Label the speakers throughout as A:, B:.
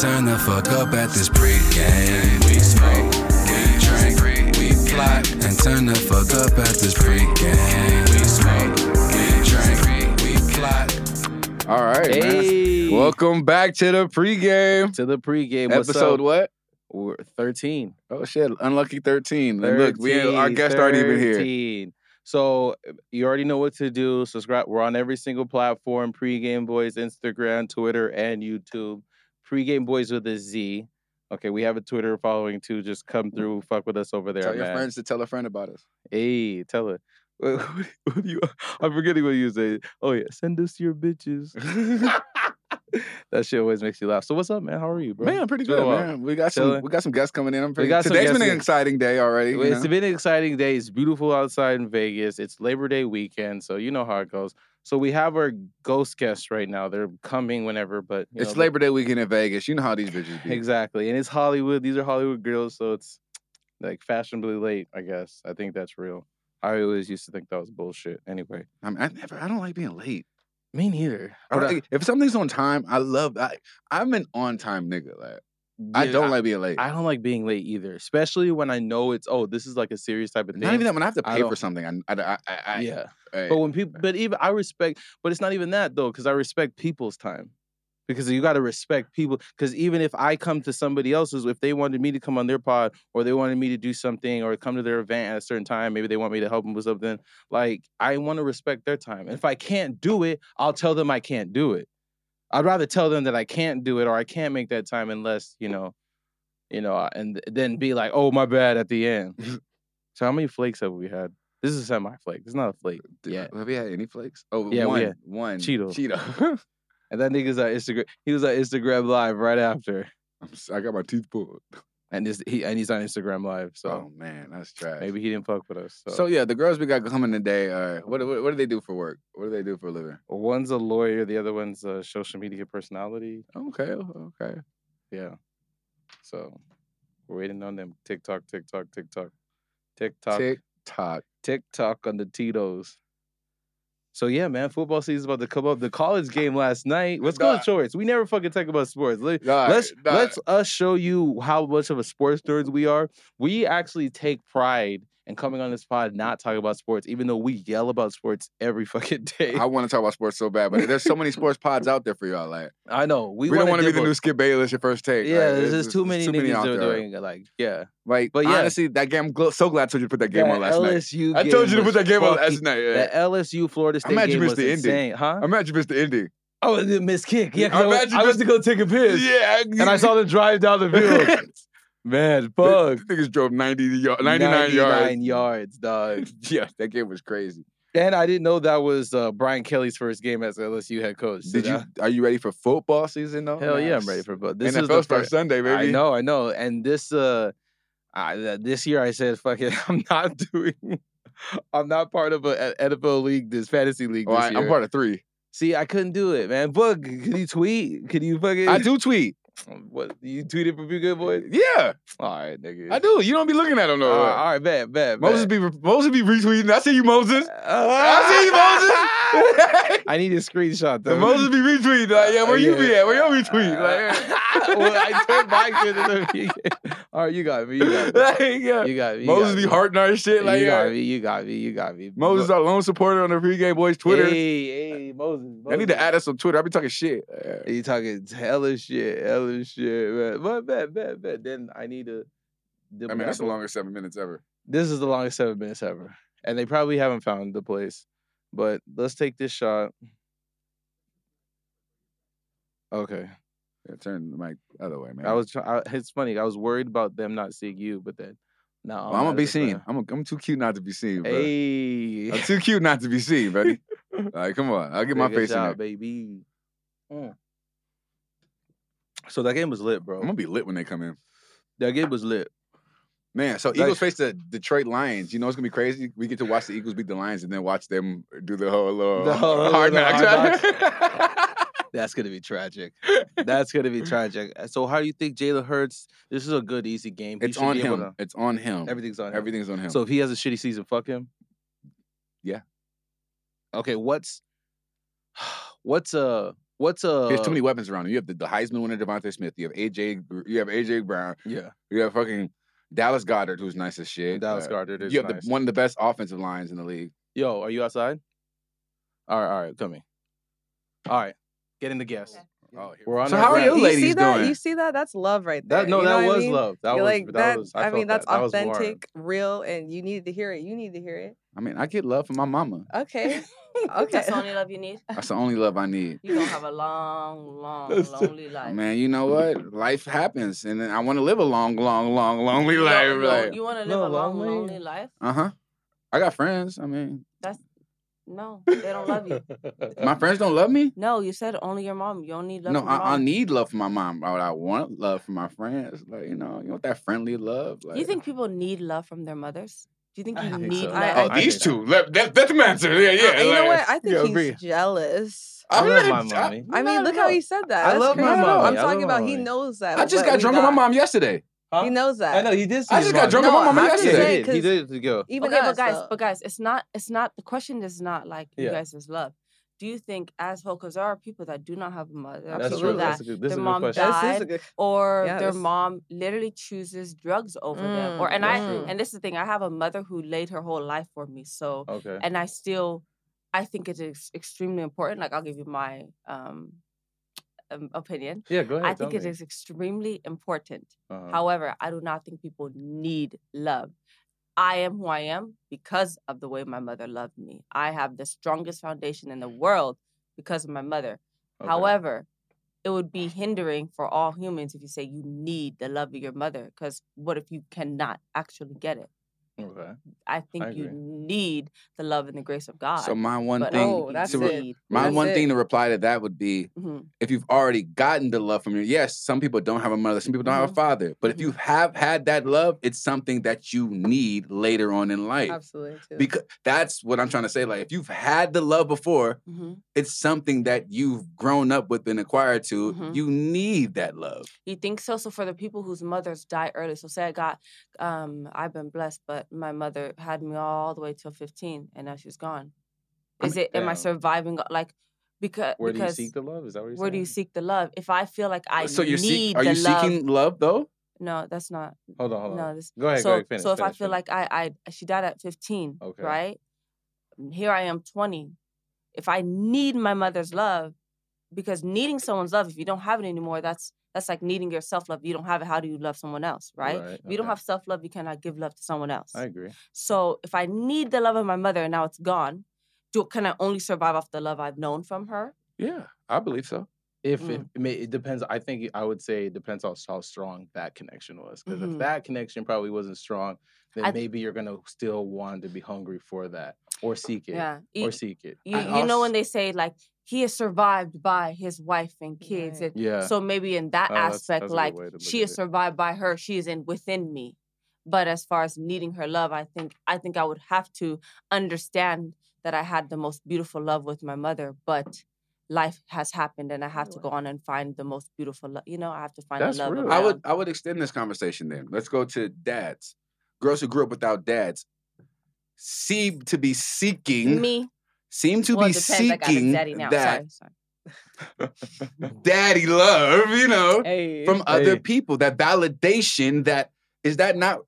A: Turn the fuck up at this pregame. We smoke, we drink, we plot, and turn the fuck up at this pregame. We smoke, we drink, we plot. All right, man.
B: Hey,
A: Welcome back to the pregame.
B: to the pregame What's
A: Episode
B: up?
A: what?
B: We're Thirteen.
A: Oh shit, unlucky thirteen. And look, we our
B: 13,
A: guest already been here.
B: 13. So you already know what to do. Subscribe. We're on every single platform: pregame boys, Instagram, Twitter, and YouTube. Pregame boys with a Z. Okay, we have a Twitter following too. Just come through, fuck with us over there,
A: Tell your
B: man.
A: friends to tell a friend about us.
B: Hey, tell her. What, what do you, I'm forgetting what you say. Oh yeah, send us your bitches. that shit always makes you laugh. So what's up, man? How are you, bro?
A: Man, pretty
B: It's been a
A: good,
B: while.
A: man. We got some
B: Chilling.
A: we got some guests coming in. I'm pretty
B: got some
A: Today's been
B: guests
A: an
B: in.
A: exciting day already. you
B: Well, It's
A: know?
B: been an exciting day. It's beautiful outside in Vegas. It's Labor Day weekend, so you know how it goes. So we have our ghost guests right now. They're coming whenever, but you
A: It's
B: know,
A: Labor Day weekend in Vegas. You know how these bitches be.
B: exactly, and it's Hollywood. These are Hollywood girls, so it's like fashionably late. I guess I think that's real. I always used to think that was bullshit. Anyway,
A: I mean, I never. I don't like being late.
B: me neither.
A: I don't e,
B: But I-
A: like- if something's on time, I love. I I'm an on time nigga. Like I
B: yeah,
A: don't like being late.
B: I don't like being late either, especially when I know it's oh this is like a serious type of thing.
A: Not even that. When I have to
B: I
A: pay for
B: don't-
A: something, I I I. I, I
B: yeah.
A: I-
B: But when people, but even I respect, but it's not even that though, because I respect people's time. Because you got to respect people. Because even if I come to somebody else's, if they wanted me to come on their pod or they wanted me to do something or come to their event at a certain time, maybe they want me to help them with something, like I want to respect their time. And if I can't do it, I'll tell them I can't do it. I'd rather tell them that I can't do it or I can't make that time unless, you know, you know, I- and then be like, oh, my bad at the end. so how many flakes have we had? This is a semi flake. It's not a flake.
A: Did-
B: yeah.
A: Have we had any flakes? Oh,
B: Yeah, we
A: one,
B: had
A: one
B: Cheeto.
A: Cheeto.
B: And that nigga's on Instagram. He was on Instagram Live right after,
A: I'm s- I got my teeth pulled.
B: and this he and he's on Instagram Live. So
A: oh man, that's trash.
B: maybe he didn't fuck with us. So.
A: So. yeah, the girls we got coming today are what, what what do they do for work? What do they do for a living?
B: one's a lawyer, the other one's a social media personality.
A: Okay, okay.
B: Yeah. So we're waiting on them. TikTok, TikTok, TikTok, TikTok,
A: Tick tock.
B: TikTok on the Tito's. So yeah, man, football season's about to come up. The college game last night. What's
A: Nah.
B: going shorts? We never fucking talk about sports. Let-
A: Nah,
B: let's
A: nah.
B: let's us show you how much of a sports nerds we are. We actually take pride in coming on this pod not talking about sports, even though we yell about sports every fucking day.
A: I want to talk about sports so bad, but there's so many sports pods out there for y'all. Like
B: I know we,
A: we, don't
B: want to
A: be the new Skip Bayless, your first take.
B: Yeah,
A: Like,
B: there's
A: it's-
B: just too
A: it's
B: many niggas
A: out
B: that are
A: there.
B: doing it, like yeah.
A: Like,
B: But yeah.
A: honestly, that game. I'm gl- so glad I told you to put that game on last night.
B: LSU
A: I told you to
B: game
A: put that game
B: was
A: on last
B: fucking-
A: night. Yeah.
B: The LSU Florida State
A: mad you
B: game
A: missed
B: was
A: the ending.
B: insane, huh?
A: I imagine it's the ending.
B: Oh, the missed kick. Yeah, 'cause
A: I
B: I, went,
A: imagine
B: I
A: just-
B: went to go take a piss,
A: Yeah,
B: and I saw them drive down the field. Man, fuck.
A: Th- Niggas drove 90 yard, 99,
B: 99
A: yards.
B: yards, dog.
A: yeah, that game was crazy.
B: And I didn't know that was uh, Brian Kelly's first game as LSU head coach. so
A: Did you?
B: that-
A: Are you ready for football season though?
B: Hell yeah, I'm
A: Nice.
B: ready for both. This
A: NFL
B: is the
A: starts
B: first.
A: Sunday, baby.
B: I know, I know. And this, uh, I, th- this year I said, "Fuck it, I'm not doing. I'm not part of a a NFL league, this fantasy league
A: Oh,
B: this
A: I,
B: year.
A: am part of three.
B: See, I couldn't do it, man. Book, can you tweet? Can you fucking?
A: I do tweet.
B: What you tweeted for you good boys?
A: Yeah,
B: All right, nigga.
A: I do. You don't be looking at them
B: All
A: though.
B: right, all right, bet, bet.
A: Moses
B: Uh, bet.
A: be re- Moses be retweeting. I see you, Moses. I see you,
B: I
A: Moses.
B: need to screenshot
A: The
B: that.
A: Moses be retweeting. Like, yeah, where you be at? Where your retweet? Like,
B: Uh, well, I turned back to the vegan. All right, you got me. You got me.
A: like, yeah.
B: You got me. You
A: Moses
B: got
A: be
B: me.
A: hearting our shit. Like,
B: you
A: yeah.
B: got me. You got me. You got me.
A: Moses,
B: Mo-
A: our lone supporter on the Pregame Boys Twitter.
B: Hey, hey, Moses. Moses.
A: I need to add us on Twitter. I be talking shit. Yeah.
B: You talking hella shit, hella shit, man. But bet, bet, bet. Then I need to. the-
A: I mean, that's the longest seven minutes ever.
B: This is the longest seven minutes ever, and they probably haven't found the place. But let's take this shot. Okay.
A: Yeah, turn the mic the other way, man.
B: I was. try- I, it's funny. I was worried about them not seeing you, but then no,
A: Well, I'm gonna be seen. I'm, a, I'm too cute not to be seen, bro.
B: Hey,
A: I'm too cute not to be seen, buddy. Like, come on, I'll get my
B: Take a
A: face in there.
B: shot, baby. Mm. So that game was lit, bro.
A: I'm gonna be lit when they come in,
B: That game was lit.
A: man. So
B: Like-
A: Eagles face the Detroit Lions. You know it's gonna be crazy. We get to watch the Eagles beat the Lions and then watch them do the whole little
B: The whole little
A: hard knocks.
B: hard That's gonna be tragic. That's gonna be tragic. Uh, So how do you think Jalen Hurts? This is a good, easy game. He
A: it's
B: should
A: on
B: be able
A: him.
B: to-
A: It's on him.
B: everything's on him.
A: Everything's on him.
B: So if he has a shitty season, fuck him.
A: Yeah.
B: Okay. What's what's a What's uh, a
A: There's too many weapons around you. You have the, the Heisman winner Devontae Smith. You have AJ. Gr- You have AJ Brown.
B: yeah
A: You have fucking Dallas Goddard, who's nice as shit.
B: Dallas
A: Uh,
B: Goddard is
A: You have
B: nice.
A: the, one of the best offensive lines in the league.
B: Yo, are you outside? All right, all right, coming. All right, get in the guest.
A: Oh, here we
B: We're on.
A: So
B: our
A: how are
B: ground.
A: you
C: you
A: ladies
C: see that?
A: doing?
C: You see that? That's love right there.
B: That no,
C: you know
B: that
C: what I
B: was
C: mean?
B: love. That
C: You're
B: was
C: like
B: that,
C: that.
B: was. I,
C: I, mean,
B: felt
C: that's
B: that. That was warm.
C: authentic, real, and you needed to hear it. You need to hear it.
A: I mean, I get love from my mama.
C: Okay. okay.
D: That's the only love you need.
A: That's the only love I need.
D: You gonna have a long, long,
B: That's so-
D: lonely life.
A: Man, you know what? Life happens, and I want to live a long, long, long, lonely
D: You
A: life.
D: don't-
A: Like,
D: you want to live
B: No,
D: a long,
B: lonely.
D: lonely life?
A: uh huh. I got friends. I mean,
D: No, they don't love you.
A: my friends don't love me.
D: No, you said only your mom. You don't need love
A: no,
D: from your
A: I, I
D: mom.
A: need love from my mom. But I want love from my friends. Like, you know, you want that friendly love. Like,
D: Do you think people need love from their mothers? Do you think
B: I
D: you
B: think
D: need
B: so.
D: love?
C: I-
A: Oh,
C: I-
A: these two. Let, that, let them answer. Yeah, yeah.
C: you know
A: like-
C: what? I think
B: yeah,
C: he's
B: agree.
C: jealous.
B: I
A: I'm
B: love
A: not-
B: my
A: I-
B: mommy.
C: I mean,
A: Not
C: look
A: at
C: how
A: all.
C: he said that.
B: I
C: That's
B: love my
C: crazy.
A: mommy.
C: I'm
A: I
C: talking
B: love
C: about
B: my
C: he
B: mommy.
C: knows that.
A: I just
C: but
A: got
C: we
A: drunk with my
C: not.
A: mom yesterday.
B: Huh?
C: He knows that.
B: I know he did. See
A: I
B: his
A: just got
B: mom.
A: drunk with my
C: No,
A: mama
C: I'm just
B: Yeah, he
A: yesterday.
C: saying,
B: did. He
C: 'cause
B: did it go.
C: Even
D: okay,
C: us,
D: but guys,
C: though.
D: but guys, it's not, it's not. The question is not like you
B: Yeah.
D: guys is love. Do you think as well? Because there are people that do not have a mother. There are
B: That's
D: people
B: true.
D: That
C: Absolutely.
B: That's a good. This is a
D: their
B: good
D: mom
B: question.
D: died.
C: This is a good.
D: or
C: Yeah,
D: their
C: this-
D: mom literally chooses drugs over them. Or
C: Mm,
D: and
B: that's
D: I
B: true.
D: and this is the thing, I have a mother who laid her whole life for me. So
B: Okay.
D: and I still I think it is extremely important. Like I'll give you my um um, opinion.
B: Yeah, go ahead. Uh-huh.
D: I think it is extremely important. However, I do not think people need love. I am who I am because of the way my mother loved me. I have the strongest foundation in the world because of my mother. However, it would be hindering for all humans if you say you need the love of your mother, because what if you cannot actually get it?
B: okay.
D: I think you
B: agree.
D: need the love and the grace of God.
A: So my one
D: but I
A: thing,
D: don't
C: Oh,
D: think
C: that's
A: to
D: you
A: re-
C: it.
D: need-
A: my
C: That's
A: one
C: it.
A: thing to reply to that would be
D: Mhm.
A: if you've already gotten the love from your yes, some people don't have a mother, some people don't
C: Mm-hmm.
A: have a
D: Mhm.
A: father. But if you have had that love, it's something that you need later on in life.
C: Absolutely. Too.
A: Because that's what I'm trying to say. Like if you've had the love before,
D: Mhm.
A: it's something that you've grown up with and acquired to.
C: Mm-hmm.
D: Mhm.
A: You need that love.
D: You think so? So for the people whose mothers die early, so say I got, um, I've been blessed, but my mother had me all the way till 15, and now she's gone.
A: I
D: Is it? Am I
B: damn.
D: surviving? Like, because
B: Where do you
D: because
B: seek the love? Is that what you're
D: where do you
B: saying?
D: seek the love? If I feel like I
A: so you're
D: need
A: seek- are
D: the
A: you
D: love,
A: seeking love though?
D: no, that's not.
B: Hold on, hold on.
D: No, this.
B: Go ahead.
D: so,
B: go ahead. Finish,
D: so if I
B: finish,
D: feel
B: finish.
D: like I, I, she died at 15,
B: Okay.
D: right? And Here I am, 20. If I need my mother's love, because needing someone's love, if you don't have it anymore, that's that's like needing your self love. You don't have it. How do you love someone else, right? If you don't
B: okay.
D: have self love, you cannot give love to someone else.
B: I agree.
D: So if I need the love of my mother and now it's gone, do can I only survive off the love I've known from her?
A: Yeah, I believe so.
B: If it,
D: Mm.
B: I mean, it depends, I think it- I would say it depends on how strong that connection was. Because
D: Mhm.
B: if that connection probably wasn't strong, then
D: I-
B: maybe you're gonna still want to be hungry for that or seek it
D: You,
B: or seek it.
D: E, you,
A: I
D: you know when
A: als-
D: they say like he is survived by his wife and kids
C: Right.
D: and
B: Yeah.
D: So maybe in that
B: Oh, that's-
D: aspect,
B: that's a good
D: like
B: way to
D: she
B: look
D: is
B: at it.
D: survived by her, she is in within me. But as far as needing her love, I think I think I would have to understand that I had the most beautiful love with my mother, but life has happened and I have to go on and find the most beautiful love. You know, I have to find
B: That's
D: the love.
B: real.
D: Around.
A: I would I would extend this conversation then. Let's go to dads. Girls who grew up without dads seem to be seeking
D: me
A: seem to
D: well,
A: be
D: it depends. I got a
A: seeking
D: daddy now.
A: that
D: Sorry, sorry.
A: daddy love, you know,
C: Hey.
A: from other
B: Hey.
A: people. That validation that is that not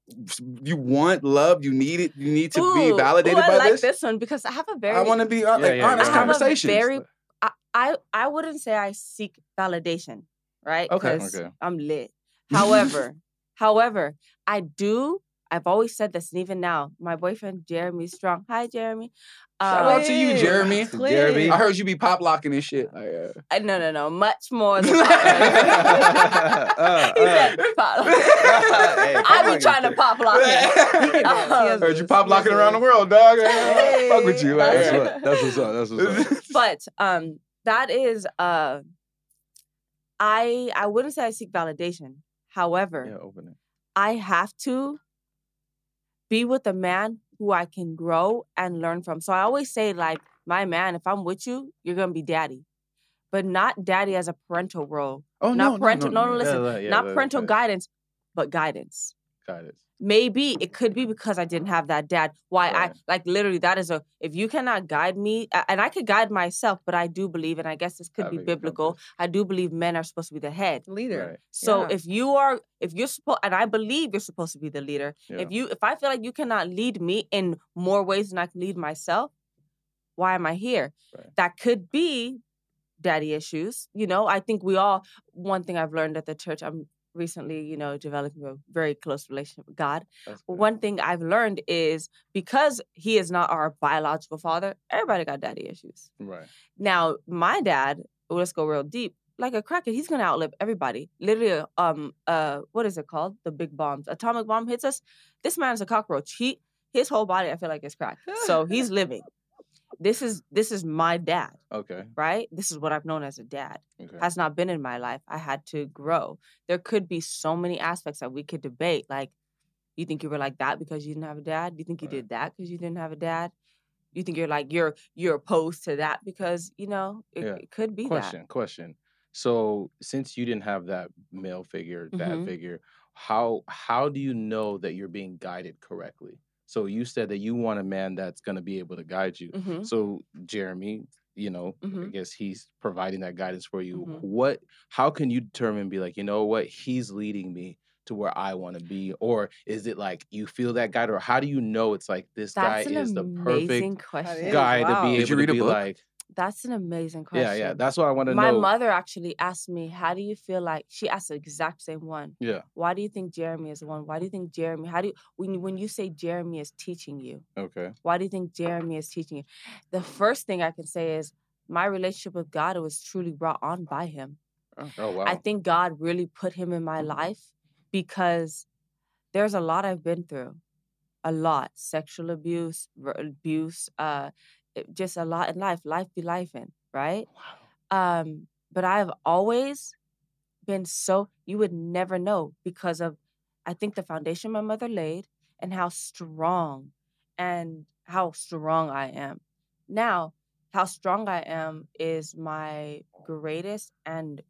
A: you want love, you need it, you need to
D: Ooh,
A: be
D: ooh,
A: validated
D: I
A: by
D: like
A: this.
D: this one because I have a very
A: I want to be uh,
B: Yeah,
A: like
B: yeah,
A: honest
B: yeah. I have a
A: conversations.
D: very- I I, I wouldn't say I seek validation, right?
A: Okay.
D: 'Cause
B: Okay.
D: I'm lit. However, however, I do. I've always said this, and even now, my boyfriend Jeremy Strong. Hi, Jeremy. Um,
A: Shout out to you,
C: Hey,
A: Jeremy.
B: Jeremy. Oh,
A: I heard you be pop locking and shit. Like, uh,
D: uh, no, no, no. Much more than that.
B: Uh,
D: he said,
B: uh.
D: "Pop."
B: Hey, pop
D: I
B: locking
D: be trying to
B: shit.
D: pop lock him.
C: He can dance. He has
A: Heard you
C: this.
A: pop
C: He has
A: locking around the
C: this.
A: world, dog. Fuck
D: Hey,
A: with you. Like,
B: That's
D: Hey.
B: what. That's what's up. That's what's up.
D: but um that is uh i i wouldn't say i seek validation however
B: Yeah, open it.
D: i have to be with a man who i can grow and learn from so i always say like my man if i'm with you you're gonna be daddy but not daddy as a parental role
A: oh
D: Not parental- no, no, listen,
B: yeah, yeah,
D: not
B: yeah,
D: parental
B: yeah.
D: guidance but guidance
B: Got it.
D: maybe it could be because I didn't have that dad. Why I
B: Right.
D: like literally that is a if you cannot guide me a- and I could guide myself, but I do believe, and I guess this could be
B: Having a
D: biblical.
B: compass.
D: I do believe men are supposed to be the head.
C: Leader.
B: Right.
D: So
C: Yeah.
D: if you are, if you're supposed, and I believe you're supposed to be the leader.
B: Yeah.
D: If you, if I feel like you cannot lead me in more ways than I can lead myself, why am I here?
B: Right.
D: That could be daddy issues. You know, I think we all. One thing I've learned at the church, I'm recently, you know, developing a very close relationship with God.
B: That's good.
D: One thing I've learned is because He is not our biological father, everybody got daddy issues.
B: Right.
D: Now, my dad, well, let's go real deep. Like a cracker, he's gonna outlive everybody. Literally, um, uh, what is it called? The big bombs. Atomic bomb hits us. This man's a cockroach. He, his whole body, I feel like is cracked. So he's living. This is this is my dad,
B: Okay.
D: right? This is what I've known as a dad
B: Okay.
D: has not been in my life. I had to grow. There could be so many aspects that we could debate. Like, you think you were like that because you didn't have a dad? You think you
B: Right.
D: did that because you didn't have a dad? You think you're like you're you're opposed to that because you know it,
B: Yeah.
D: it could be
B: question. Question. So since you didn't have that male figure, that
D: Mhm.
B: figure, how how do you know that you're being guided correctly? So you said that you want a man that's going to be able to guide you.
D: that. Mhm.
B: So Jeremy, you know, I
D: Mhm.
B: guess he's providing that guidance for you.
D: Mhm.
B: What? How can you determine? Be like, you know what? He's leading me to where I want to be, or is it like you feel that guide, or how do you know it's like this
D: That's
B: guy
D: an
B: is the
D: amazing
B: perfect
D: question.
C: is.
B: guy to
C: Wow.
B: be
C: Did
B: able
A: you read
B: to
A: a
B: be
A: book?
B: like?
D: That's an amazing question.
B: Yeah, yeah. That's what I want to
D: My
B: know.
D: mother actually asked me, "How do you feel like?" She asked the exact same one.
B: Yeah.
D: Why do you think Jeremy is the one? Why do you think Jeremy? How do you when you- when you say Jeremy is teaching you?
B: Okay.
D: Why do you think Jeremy is teaching you? The first thing I can say is my relationship with God was truly brought on by him.
B: Oh wow.
D: I think God really put him in my life because there's a lot I've been through. A lot. Sexual abuse, r- abuse, uh it- just a lot in life. Life be life in, right? Um, but I've always been so you would never know because of I think the foundation my mother laid and how strong and how strong I am. Now, how strong I am is my greatest and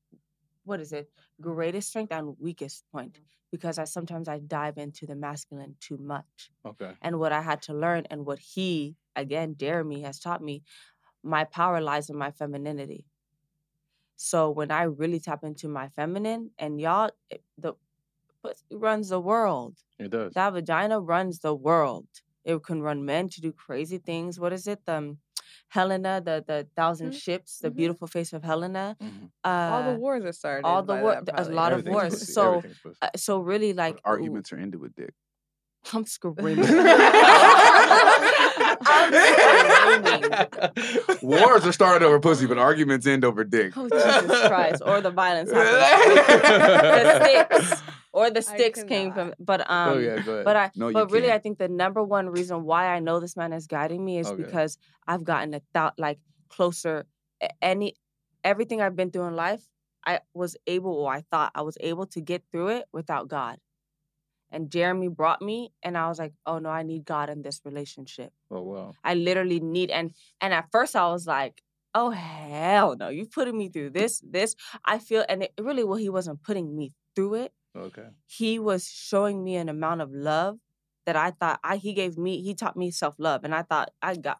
D: what is it? Greatest strength and weakest point
C: Mm-hmm.
D: because I sometimes I dive into the masculine too much
B: okay.
D: and what I had to learn and what he, again, Jeremy has taught me, my power lies in my femininity. So when I really tap into my feminine and y'all, it- the pussy runs the world.
B: It does.
D: That vagina runs the world. It can run men to do crazy things. What is it? The um, Helena, the the 1000
C: Mhm,
D: ships, the
C: mhm.
D: beautiful face of Helena.
B: Mhm.
D: Uh,
C: all the wars are started.
D: all the
C: by
D: war-
C: that,
D: th- a
C: probably.
D: lot of
B: Everything's
D: wars.
B: pussy,
D: So,
B: everything's pussy.
D: uh, so really, like
A: But arguments are ended with dick.
D: ooh, I'm screaming. I'm screaming.
A: Wars are started over pussy, but arguments end over dick.
D: Oh Jesus Christ! Or the violence
A: The
D: happened. the sticks, or the
C: I
D: sticks came from.
C: cannot.
D: But um,
B: oh yeah. Go ahead.
D: but I,
A: No, you
D: but really, I
A: can't.
D: think the number one reason why I know this man is guiding me is
B: Okay.
D: because I've gotten a thought like closer. a- Any, everything I've been through in life, I was able, or I thought I was able to get through it without God. And Jeremy brought me, and I was like, oh no, I need God in this relationship.
B: oh wow.
D: I literally need and and at first I was like, oh hell no, you putting me through this, this. I feel and it really well, he wasn't putting me through it.
B: Okay.
D: He was showing me an amount of love that I thought I he gave me, he taught me self-love. And I thought I got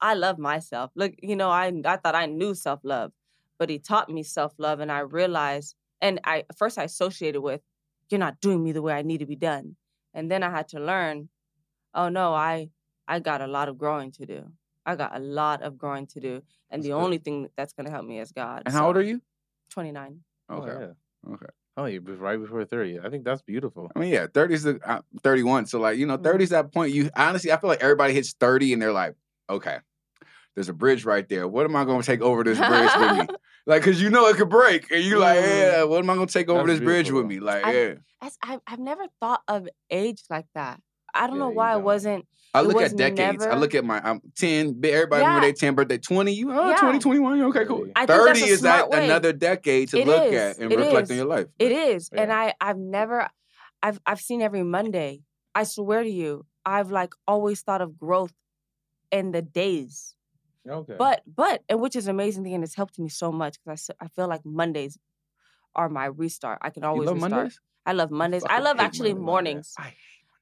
D: I love myself. Look, you know, I I thought I knew self-love, but he taught me self-love and I realized and I first I associated with, you're not doing me the way I need to be done. And then I had to learn, oh no, I I got a lot of growing to do. I got a lot of growing to do, and
B: That's
D: the
B: good.
D: only thing that's gonna help me is God.
A: And how old are you?
D: Twenty nine.
A: Okay.
B: Oh, yeah.
A: Okay.
B: Oh, you right before thirty. I think that's beautiful.
A: I mean, yeah, 30s, the, uh, 31. So, like, you know,
D: Mhm.
A: 30s that point. You honestly, I feel like everybody hits 30 and they're like, okay, there's a bridge right there. What am I going to take over this bridge with me? Like, cause you know it could break, and you like,
D: Mm.
A: yeah, what am I going to take over
B: That's
A: this bridge
B: beautiful,
A: with me?
B: though.
A: Like,
D: I-
A: yeah.
D: That's I, I've never thought of age like that. I don't
B: Yeah,
D: know
B: you
D: why I
B: don't.
D: wasn't.
A: I
D: It
A: look
D: was
A: at decades. I
D: never-
A: look at my I'm 10, but everybody remember their
D: Yeah.
A: 10 birthday. 20, you oh,
D: Yeah.
A: 20, 21, you okay, cool.
B: Thirty.
D: I think that's
A: 30
D: a
A: is that
D: smart way.
A: another decade to
D: It
A: look
D: is.
A: at and
D: It
A: reflect on
D: is.
A: your life.
D: It is, and
B: Yeah.
D: I I've never, I've I've seen every Monday. I swear to you, I've like always thought of growth in the days.
B: Okay.
D: But but and which is an amazing thing, and it's helped me so much because I s- I feel like Mondays are my restart. I can
A: you
D: always
A: love
D: restart.
A: Mondays?
D: I I love Mondays. I
A: fucking
D: love
A: hate
D: actually
A: Monday, Monday.
D: mornings.
A: I,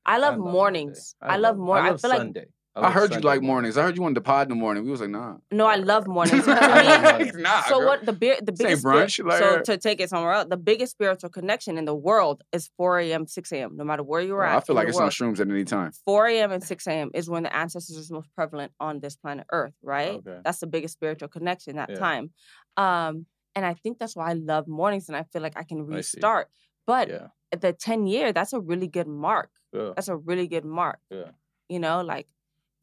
D: I love
B: Monday.
D: mornings. I love morning. I
B: love
D: feel like
B: Sunday.
A: I
B: love
A: heard you
B: Sunday
A: like mornings. I heard you wanted to pod in the morning. We was like, nah.
D: no, I love mornings. To me,
B: Monday.
A: nah
D: so
A: girl.
D: what the beer the
A: This ain't
D: biggest
A: brunch,
D: spir-
A: like-
D: so to take it somewhere else, the biggest spiritual connection in the world is 4 a.m. 6 a.m. No matter where you're
A: Well,
D: at,
A: Oh, I feel
D: in
A: like
D: the
A: it's
D: world.
A: on shrooms at any time.
D: 4 a.m. and 6 a.m. is when the ancestors are most prevalent on this planet Earth, right?
B: Okay.
D: That's the biggest spiritual connection that
B: Yeah.
D: time. Um, and I think that's why I love mornings and I feel like I can
B: I see.
D: restart. But
B: Yeah.
D: at the 10 year, that's a really good mark.
B: yeah.
D: That's a really good mark.
B: Yeah.
D: You know, like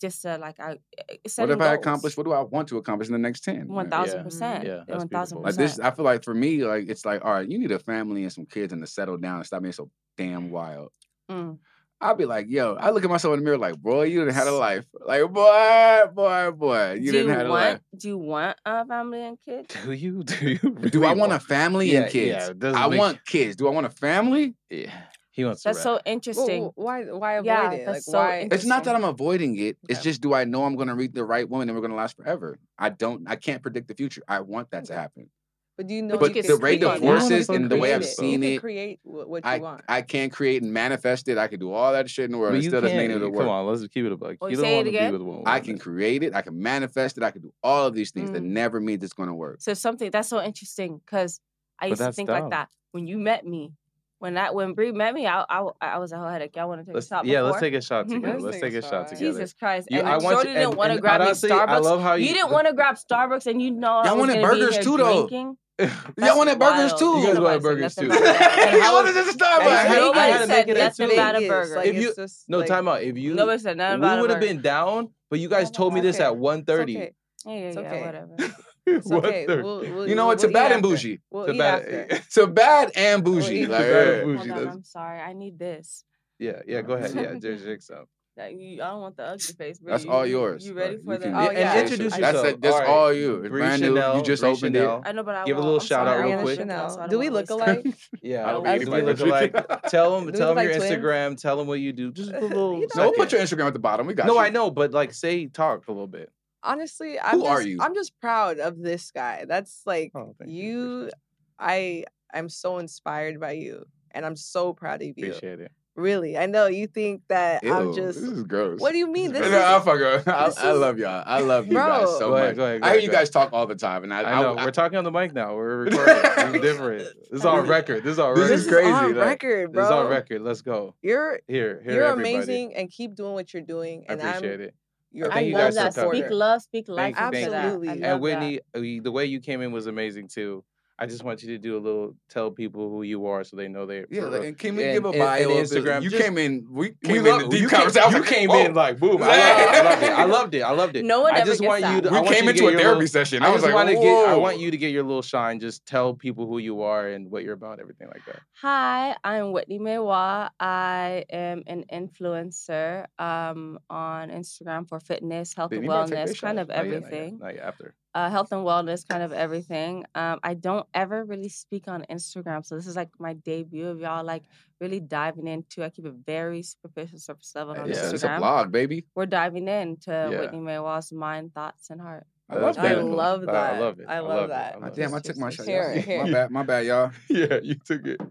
D: just to, like I e,
A: What if I accomplish? What do I want to accomplish in the next ten?
D: One
A: Yeah.
D: thousand percent.
B: Yeah, that's
D: One thousand
B: beautiful.
A: Like
D: percent.
A: this, I feel like for me, like it's like, all right, you need a family and some kids and to settle down and stop being so damn wild.
D: Mm.
A: I'd be like, yo, I look at myself in the mirror like, boy, you didn't had a life. Like, boy, boy, boy, you
D: do
A: didn't
D: you
A: have a life.
D: want do you want a family and kids?
B: Do you? Do you?
A: Do
B: really
A: I want a family
B: Yeah,
A: and
B: yeah,
A: kids?
B: it doesn't
A: I
B: make-
A: want kids. Do I want a family?
B: Yeah. He wants.
D: That's
B: to
D: so
B: rap.
C: Well,
D: interesting.
C: well, why? Why avoid
D: Yeah,
C: it?
D: that's
C: like
D: so
C: why?
D: interesting.
A: It's not that I'm avoiding it. It's
C: Okay.
A: just, do I know I'm going to read the right woman and we're going to last forever? I don't. I can't predict the future. I want that to
B: Mm.
A: happen.
C: But do you know?
D: But
A: but
D: you can
A: the rate
D: speak on
A: of
D: it.
A: forces
B: Yeah,
A: and the way I've
B: create it.
A: seen
C: you
A: it,
C: can create wh- what you
A: I
C: want.
A: I can create and manifest it. I can do all that shit in the world.
B: But
A: and
B: you
A: still doesn't mean
B: can't. eh,
A: it'll work.
B: Come on, let's keep it a buck.
D: Oh,
B: You
D: say
B: don't
D: it
B: want to be
D: again?
B: with one.
A: I
B: woman.
A: can create it. I can manifest it. I can do all of these things that
D: Mm.
A: never means it's going to work.
D: So something that's so interesting because I
B: But
D: used to
B: that's
D: think
B: dumb.
D: like that when you met me. When I when Bree met me, I I, I was a whole headache. Y'all want to take
B: Let's,
D: a shot?
B: yeah, let's
D: before?
B: take a shot together.
C: Let's
B: let's
C: take
B: take
C: a
B: a shot
C: shot.
B: together.
D: Jesus Christ!
B: You-
D: and
B: I
D: I
B: want you-
D: didn't
B: and-
D: want to
B: and
D: grab
B: honestly,
D: me Starbucks.
B: I love how
D: you,
B: you,
D: didn't want to grab Starbucks, and you know I
A: Y'all
D: was
A: wanted
D: gonna be
A: burgers
D: here
A: too, though.
D: drinking.
B: You
A: Y'all wanted burgers
D: wild.
A: too.
B: You guys
D: Nobody
B: wanted
D: said
B: burgers
D: nothing
B: too.
D: about that. And
A: Y'all
D: how-
A: wanted this Starbucks.
B: I had-
D: nobody
B: I had to
D: said
B: make it at
D: nothing about a
C: It is,
D: burger.
C: like,
B: If
C: it's
B: you-
C: just,
B: No,
C: like,
B: time out. If you,
D: Nobody said nothing about
B: we
D: a
B: would have
D: burger.
B: been down, but you guys
C: no,
B: told me
C: it's
B: this
C: okay.
B: at 1.30.
C: It's okay.
D: Yeah, yeah,
C: okay.
D: yeah, whatever.
C: It's okay. We'll, we'll,
A: You know what?
C: we'll
A: It's
C: eat
A: bad and
C: after.
A: bougie.
C: We'll
B: To
C: eat
B: bad-
C: after.
A: So bad and bougie.
C: eat
A: Like,
B: Bad and
A: yeah.
B: bougie.
D: Hold on,
B: that's-
D: I'm sorry. I need this.
B: Yeah, yeah. Go ahead. Yeah, just drink some.
D: Like, you- I don't want the ugly face. Bree.
A: That's
D: You-
A: all
D: you-
A: yours.
D: You ready
A: Like,
D: for
A: you
D: the?
A: can-
C: Oh,
A: yeah, and
C: yeah.
B: introduce
D: I-
A: That's
B: yourself.
A: like, that's
B: All right.
A: all you. It's
B: Bree
A: brand new.
B: Chanel,
A: You just
B: Bree
A: opened
B: Chanel.
D: I know, but I
B: Give a
D: won't.
B: little
D: I'm
B: shout out
D: sorry,
B: real
D: I'm
B: quick.
D: shook out, so I
C: Do
D: don't
C: we
D: wanna
C: look
D: waste
C: alike?
D: time.
A: I
B: Yeah,
A: don't
B: do
D: eat
B: we look
A: burgers.
B: alike? Tell them,
C: Do we
B: tell
C: look
B: them your
C: like twins?
B: Instagram. Tell them what you do. Just a
C: You
B: little.
C: know-
A: it. No, put
B: second.
A: your Instagram at the bottom. We got
B: No,
A: you.
B: I know, but like, say talk a little bit.
C: Honestly, I'm
A: Who
C: just,
A: are you?
C: I'm just proud of this guy. That's like
B: Oh, thank you.
C: you. I I'm so inspired by you, and I'm so proud of you.
B: Appreciate it.
C: Really, I know you think that I'm
A: Ew,
C: just.
A: This is gross.
C: What do you mean?
A: No,
C: This is
A: I fuck her. I,
C: this
A: I
C: is-
A: love y'all. I love you guys so
C: Bro.
B: Go
A: much.
B: ahead, go ahead, go
A: I hear
B: ahead,
A: you
B: go
A: guys talk all the time, and I,
B: I know.
A: I,
B: we're talking on the mic now. We're recording. It's different. This is all record. This is all
A: This
B: record.
C: this
A: is crazy,
C: Is on
A: like,
C: record, bro.
B: This is all record. Let's go.
C: You're
B: Here, here,
C: you're
B: everybody.
C: amazing, and keep doing what you're doing.
B: I
C: And I'm
B: appreciate it.
C: your
B: Thank
D: I
B: you guys
D: love
B: for
D: that.
B: coming.
D: Speak love, speak life.
B: Thank you, thank
D: into
B: you.
D: that. I
C: Absolutely.
D: love
B: And
D: that.
B: Whitney, uh, you- the way you came in was amazing too. I just want you to do a little tell people who you are so they know they
A: Yeah,
B: for
A: like,
B: real.
A: and can we
B: and-
A: give a
B: and-
A: bio?
B: and
A: of the-
B: Instagram,
A: You
B: just-
A: came in. We came
B: We
A: in.
B: love,
A: to
B: you
A: deep
B: came,
A: conversation. I was
B: you
A: like,
B: came
A: whoa.
B: in like boom. I loved, it, I loved it. I loved it. I loved it.
D: No one
B: I
D: ever
B: just
D: gets
B: want you
D: that.
B: to. I
A: we
B: want
A: came
B: you to
A: into
B: get
A: a
B: your
A: therapy
B: little-
A: session.
B: I,
A: I was
B: just
A: like,
B: want to get. I
A: whoa.
B: want you to get your little shine. Just tell people who you are and what you're about, everything like that.
D: Hi, I'm Whitney Maywa. I am an influencer um, on Instagram for fitness, health
A: Did
D: and
A: anybody take their
D: wellness, kind
A: shots?
D: of
B: Not yet, not yet,
D: everything.
B: Not yet, after.
D: Uh, health and wellness, kind of everything. Um, I don't ever really speak on Instagram, so this is like my debut of y'all like really diving into. I keep it very superficial, surface level on
A: It's a-
D: Instagram.
A: it's a blog, baby.
D: We're diving into
B: Yeah.
D: Whitney Maywa's mind, thoughts, and heart.
A: I love
C: I
A: that.
B: beautiful.
C: love
B: I- I
C: that.
B: love it.
C: I
B: I
C: love
B: love it.
C: that.
B: I
A: Ah,
B: love
A: damn, I
C: It's
A: took my shot.
C: just like-
A: y'all.
C: Here,
A: My
C: here.
A: bad, my bad, y'all.
B: Yeah, you took it.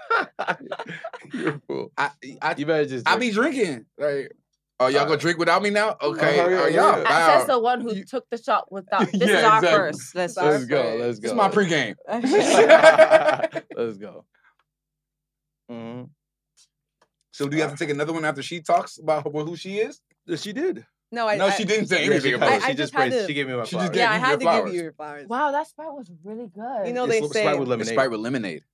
B: You're a fool.
A: I, e, I,
B: You better just.
A: I
B: drink.
A: be drinking. Like, oh, y'all gonna drink without me now? Okay,
B: hurry
A: oh,
B: up,
A: y'all.
B: hurry up.
D: I
A: wow.
D: says the one who
A: You-
D: took the shot without. This is
B: Yeah,
D: our
B: exactly.
D: first. Let's
C: This is
B: Let's go. Let's go.
A: This is my pregame.
B: Let's go. Mhm.
A: So, do you have to take another one after she talks about who- who she is? She did.
C: no, I,
A: no,
C: I,
A: she didn't say
B: Yeah,
A: anything
B: she,
A: about
C: I-
A: it.
B: she
C: I
B: just
C: just had
B: praised.
C: to-
B: She gave me
A: She
B: my
A: just
B: flowers.
A: gave
C: Yeah, I
A: you your
C: had to
A: flowers.
C: give you your flowers.
D: Wow, that sprite was really good.
C: You know
B: It's
C: they
B: li-
C: say
B: Sprite with lemonade.
A: It's Sprite with lemonade.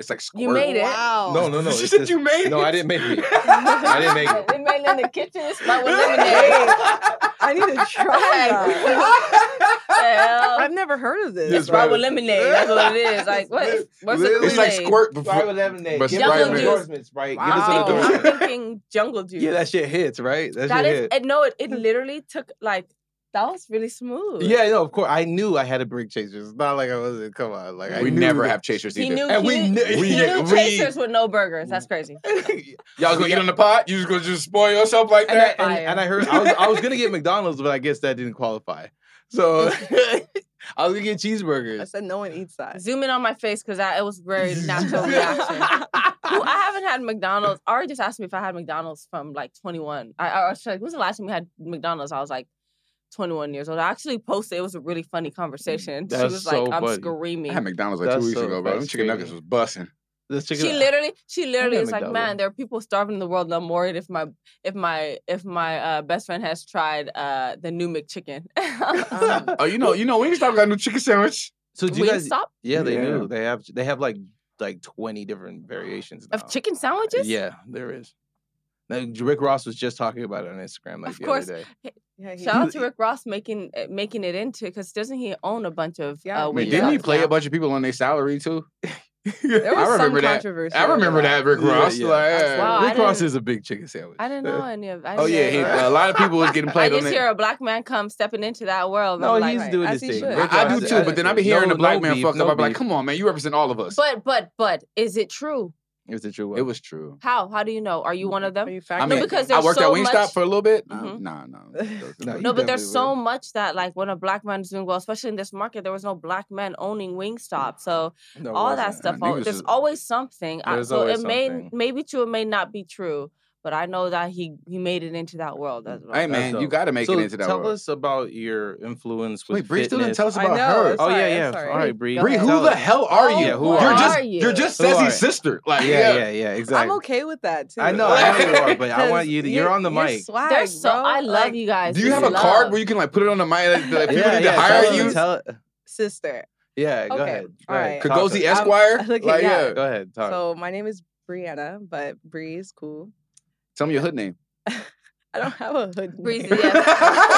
A: It's like squirt.
D: You made it.
C: Wow.
B: No, no, no.
A: she
B: it's
A: said
B: just-
A: you made it.
B: No, I didn't make it.
A: I
B: didn't make it.
D: They made it in the kitchen. It's sprite with lemonade.
C: Hey, I need to try that.
D: Hell,
C: I've never heard
B: Yes,
C: of this.
B: right.
D: Sprite with lemonade. That's what it is. Like what? What's the
B: Literally.
A: It's like
D: Kool-Aid?
A: squirt before.
B: Sprite with lemonade.
A: But
B: Give
D: Jungle
B: us an
D: juice.
B: endorsement, Sprite. Give us an
C: Wow.
D: I'm
B: endorsement.
D: thinking, I'm thinking jungle juice.
B: Yeah, that shit hits, right? That,
D: that
B: shit
D: is.
B: hits.
D: And no, it, it literally took like that was really smooth.
B: Yeah, no, of course. I knew I had a brick chasers. It's not like I wasn't. Come on, like I
A: We
B: knew
A: never
B: that-
A: have chasers
D: He
A: either.
D: knew.
B: And
D: he
B: we
D: knew,
B: kn-
D: he
B: we-
D: knew
A: we-
D: chasers with no burgers. That's crazy.
A: Y'all gonna eat on the pot? You just gonna just spoil yourself like
B: and, I,
A: that?
B: and, and I heard I was, I was gonna get McDonald's, but I guess that didn't qualify. So I was gonna get
C: I
B: cheeseburgers.
C: said no one eats that.
D: Zoom in on my face because it was very natural reaction. Who- I haven't had McDonald's. Ari just asked me if I had McDonald's from like 21. I, I was like, when's the last time you had McDonald's? I was like 21 years old. I actually posted, it was a really funny conversation. she
B: That's
D: was like,
B: so
D: I'm
B: funny.
A: I
D: screaming.
A: had McDonald's like
B: That's
A: two weeks
B: so
A: ago, bro. Them chicken nuggets was
B: frustrating.
A: busting.
B: Let's check it
D: she
B: out.
D: literally, she literally
B: had
D: is like,
B: McDonald's.
D: man, there are people starving in the world. and I'm worried if my, if my, if my uh, best friend has tried uh, the new McChicken.
C: Um,
A: Oh, you know, you know, Wingstop got a new chicken sandwich.
B: So do you guys?
D: Wingstop
B: Yeah, they
A: Yeah.
B: do. They have they have like like twenty different variations now.
D: of chicken sandwiches?
B: Oh. Yeah, there is. Now, Rick Ross was just talking about it on Instagram like
D: Of
B: the
D: course.
B: other day.
C: Yeah, he-
D: Shout out to Rick Ross making uh, making it into because doesn't he own a bunch of
C: Yeah.
D: uh,
A: I mean,
D: Wingstops
A: didn't he play
D: now?
A: a bunch of people on their salary too?
C: There was
A: I remember
C: some
A: that.
C: controversy.
A: I
C: over
A: remember that Rick
B: Yeah,
A: Ross.
B: yeah.
A: Like,
D: That's wild. Oh, I
B: Rick Ross
D: didn't-
B: is a big chicken sandwich.
D: I didn't know any of. I
A: Oh
D: didn't
A: yeah,
D: know
A: he,
D: any of that.
A: a lot of people was getting
D: I
A: played on
D: just hear
A: that.
D: a black man come stepping into that world.
B: No,
D: I'm
B: he's
D: like,
B: doing
C: as
B: his
C: he
B: thing.
C: should.
B: Rick
C: I-
A: I, I
B: Ross
A: do
B: is-
A: too, but then I be hearing
B: no-
A: the black
B: no
A: man
B: beef,
A: fucked
B: no
A: up. I'm like,
B: beef.
A: come on, man, you represent all of us.
D: But but but is it true?
B: Is it true?
A: it was true.
D: How how do you know? Are you one of
C: Are
D: them?
C: you
A: I
C: fact
A: mean,
D: because
A: I
D: there's
A: worked
D: so
A: at Wingstop
D: much-
A: for a little bit.
D: Mhm.
A: Nah, nah.
B: No,
D: No, but
B: definitely
D: there's so
B: would.
D: much that like when a black man's doing well, especially in this market, there was no black men owning Wingstop, so
B: No, it
D: all that
B: wasn't.
D: stuff.
A: Niggas
D: All, there's
A: is-
D: always something. I-
B: There's
D: so
B: always
D: it may
B: something.
D: may be true, it may not be true, but I know that he he made it into that world. That's what
A: Hey
D: I'm saying.
A: man,
B: dope.
A: you got to make
B: so
A: it into that
B: tell
A: world.
B: us about your influence with
A: Wait, Bree still didn't
B: fitness.
A: tell us
C: I
A: about
C: know,
A: her.
C: it's-
B: Oh yeah,
C: Sorry,
B: yeah.
C: I'm sorry.
B: All right, Bree.
C: Go
A: Bree,
C: ahead.
B: tell
A: who the
B: us.
A: hell are you?
B: Yeah, who
A: you're
B: are
A: just
D: you?
A: are just
B: Who are you?
A: Sessy's sister. Like,
B: Yeah, yeah, yeah.
C: I'm
B: Exactly.
C: okay with that too.
B: I know,
A: I
C: Like,
A: know you
B: are, but I want
C: 'cause
B: you to- you're on the mic.
C: swag,
D: They're so
C: bro.
D: I love
C: Like,
D: you guys.
A: Do you
D: This
A: have
D: is
A: a card
D: love.
A: where you can like put it on the mic? Like, like, people
B: yeah,
A: need
B: yeah,
A: to hire
B: tell
A: you.
B: Them, tell,
C: sister.
B: yeah, go
C: Okay,
B: ahead. Go
C: all
B: ahead.
C: right.
B: Talk to
A: Kagosi
B: us.
A: Esquire.
C: Um, okay,
A: like,
C: yeah.
A: yeah.
B: Go ahead. Talk.
C: So my name is Brianna, but Bree is cool.
A: Tell me your hood name.
C: I don't have a hood.
D: Breezy
C: name.